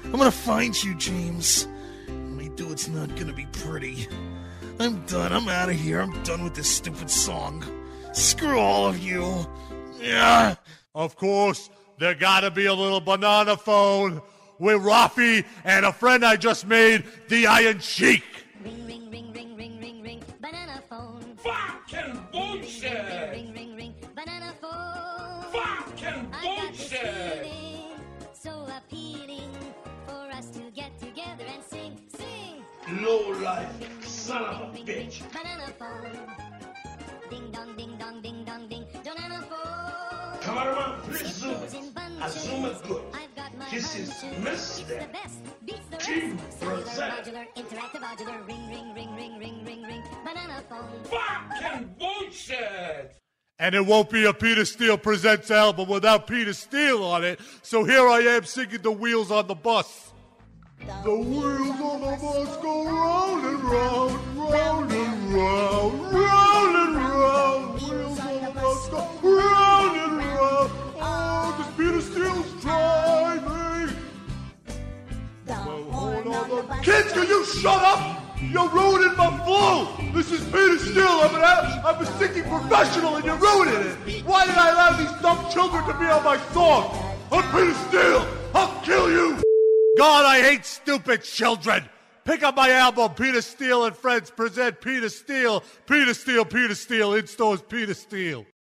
I'm gonna find you, James. When I do, it's not gonna be pretty. I'm done. I'm out of here. I'm done with this stupid song. Ah! Screw all of you. Uh. Yeah. Of course, there gotta be a little banana phone with Rafi and a friend I just made, the Iron Sheik. Ring, ring, ring, banana phone. I got this feeling so appealing for us to get together and sing, sing. Low life, son of a bitch. Banana phone. Ding dong, ding dong, ding dong, ding. Banana phone. Come out of my It prison. goes in I bunches. zoom it good. I've got my This is hunches. It's the best. Beats the Jim rest. Cellular, Rosetta. modular, interactive, modular. Ring, ring, ring, ring, ring, ring, ring. Banana phone. bullshit. And it won't be a Peter Steele Presents album without Peter Steele on it. So here I am singing The Wheels on the Bus. The wheels on the bus go round and round, round and round, round and round. Wheels on the bus go round and round. Oh, the speed of steel's driving. The horn on the bus. Kids, can you shut up? You're ruining my flow. This is Peter Steele. I'm an, a- I'm a singing professional, and you're ruining it. Why did I allow these dumb children to be on my song? I'm Peter Steele. I'll kill you. God, I hate stupid children. Pick up my album, Peter Steele and Friends present Peter Steele. Peter Steele, Peter Steele, in stores Peter Steele.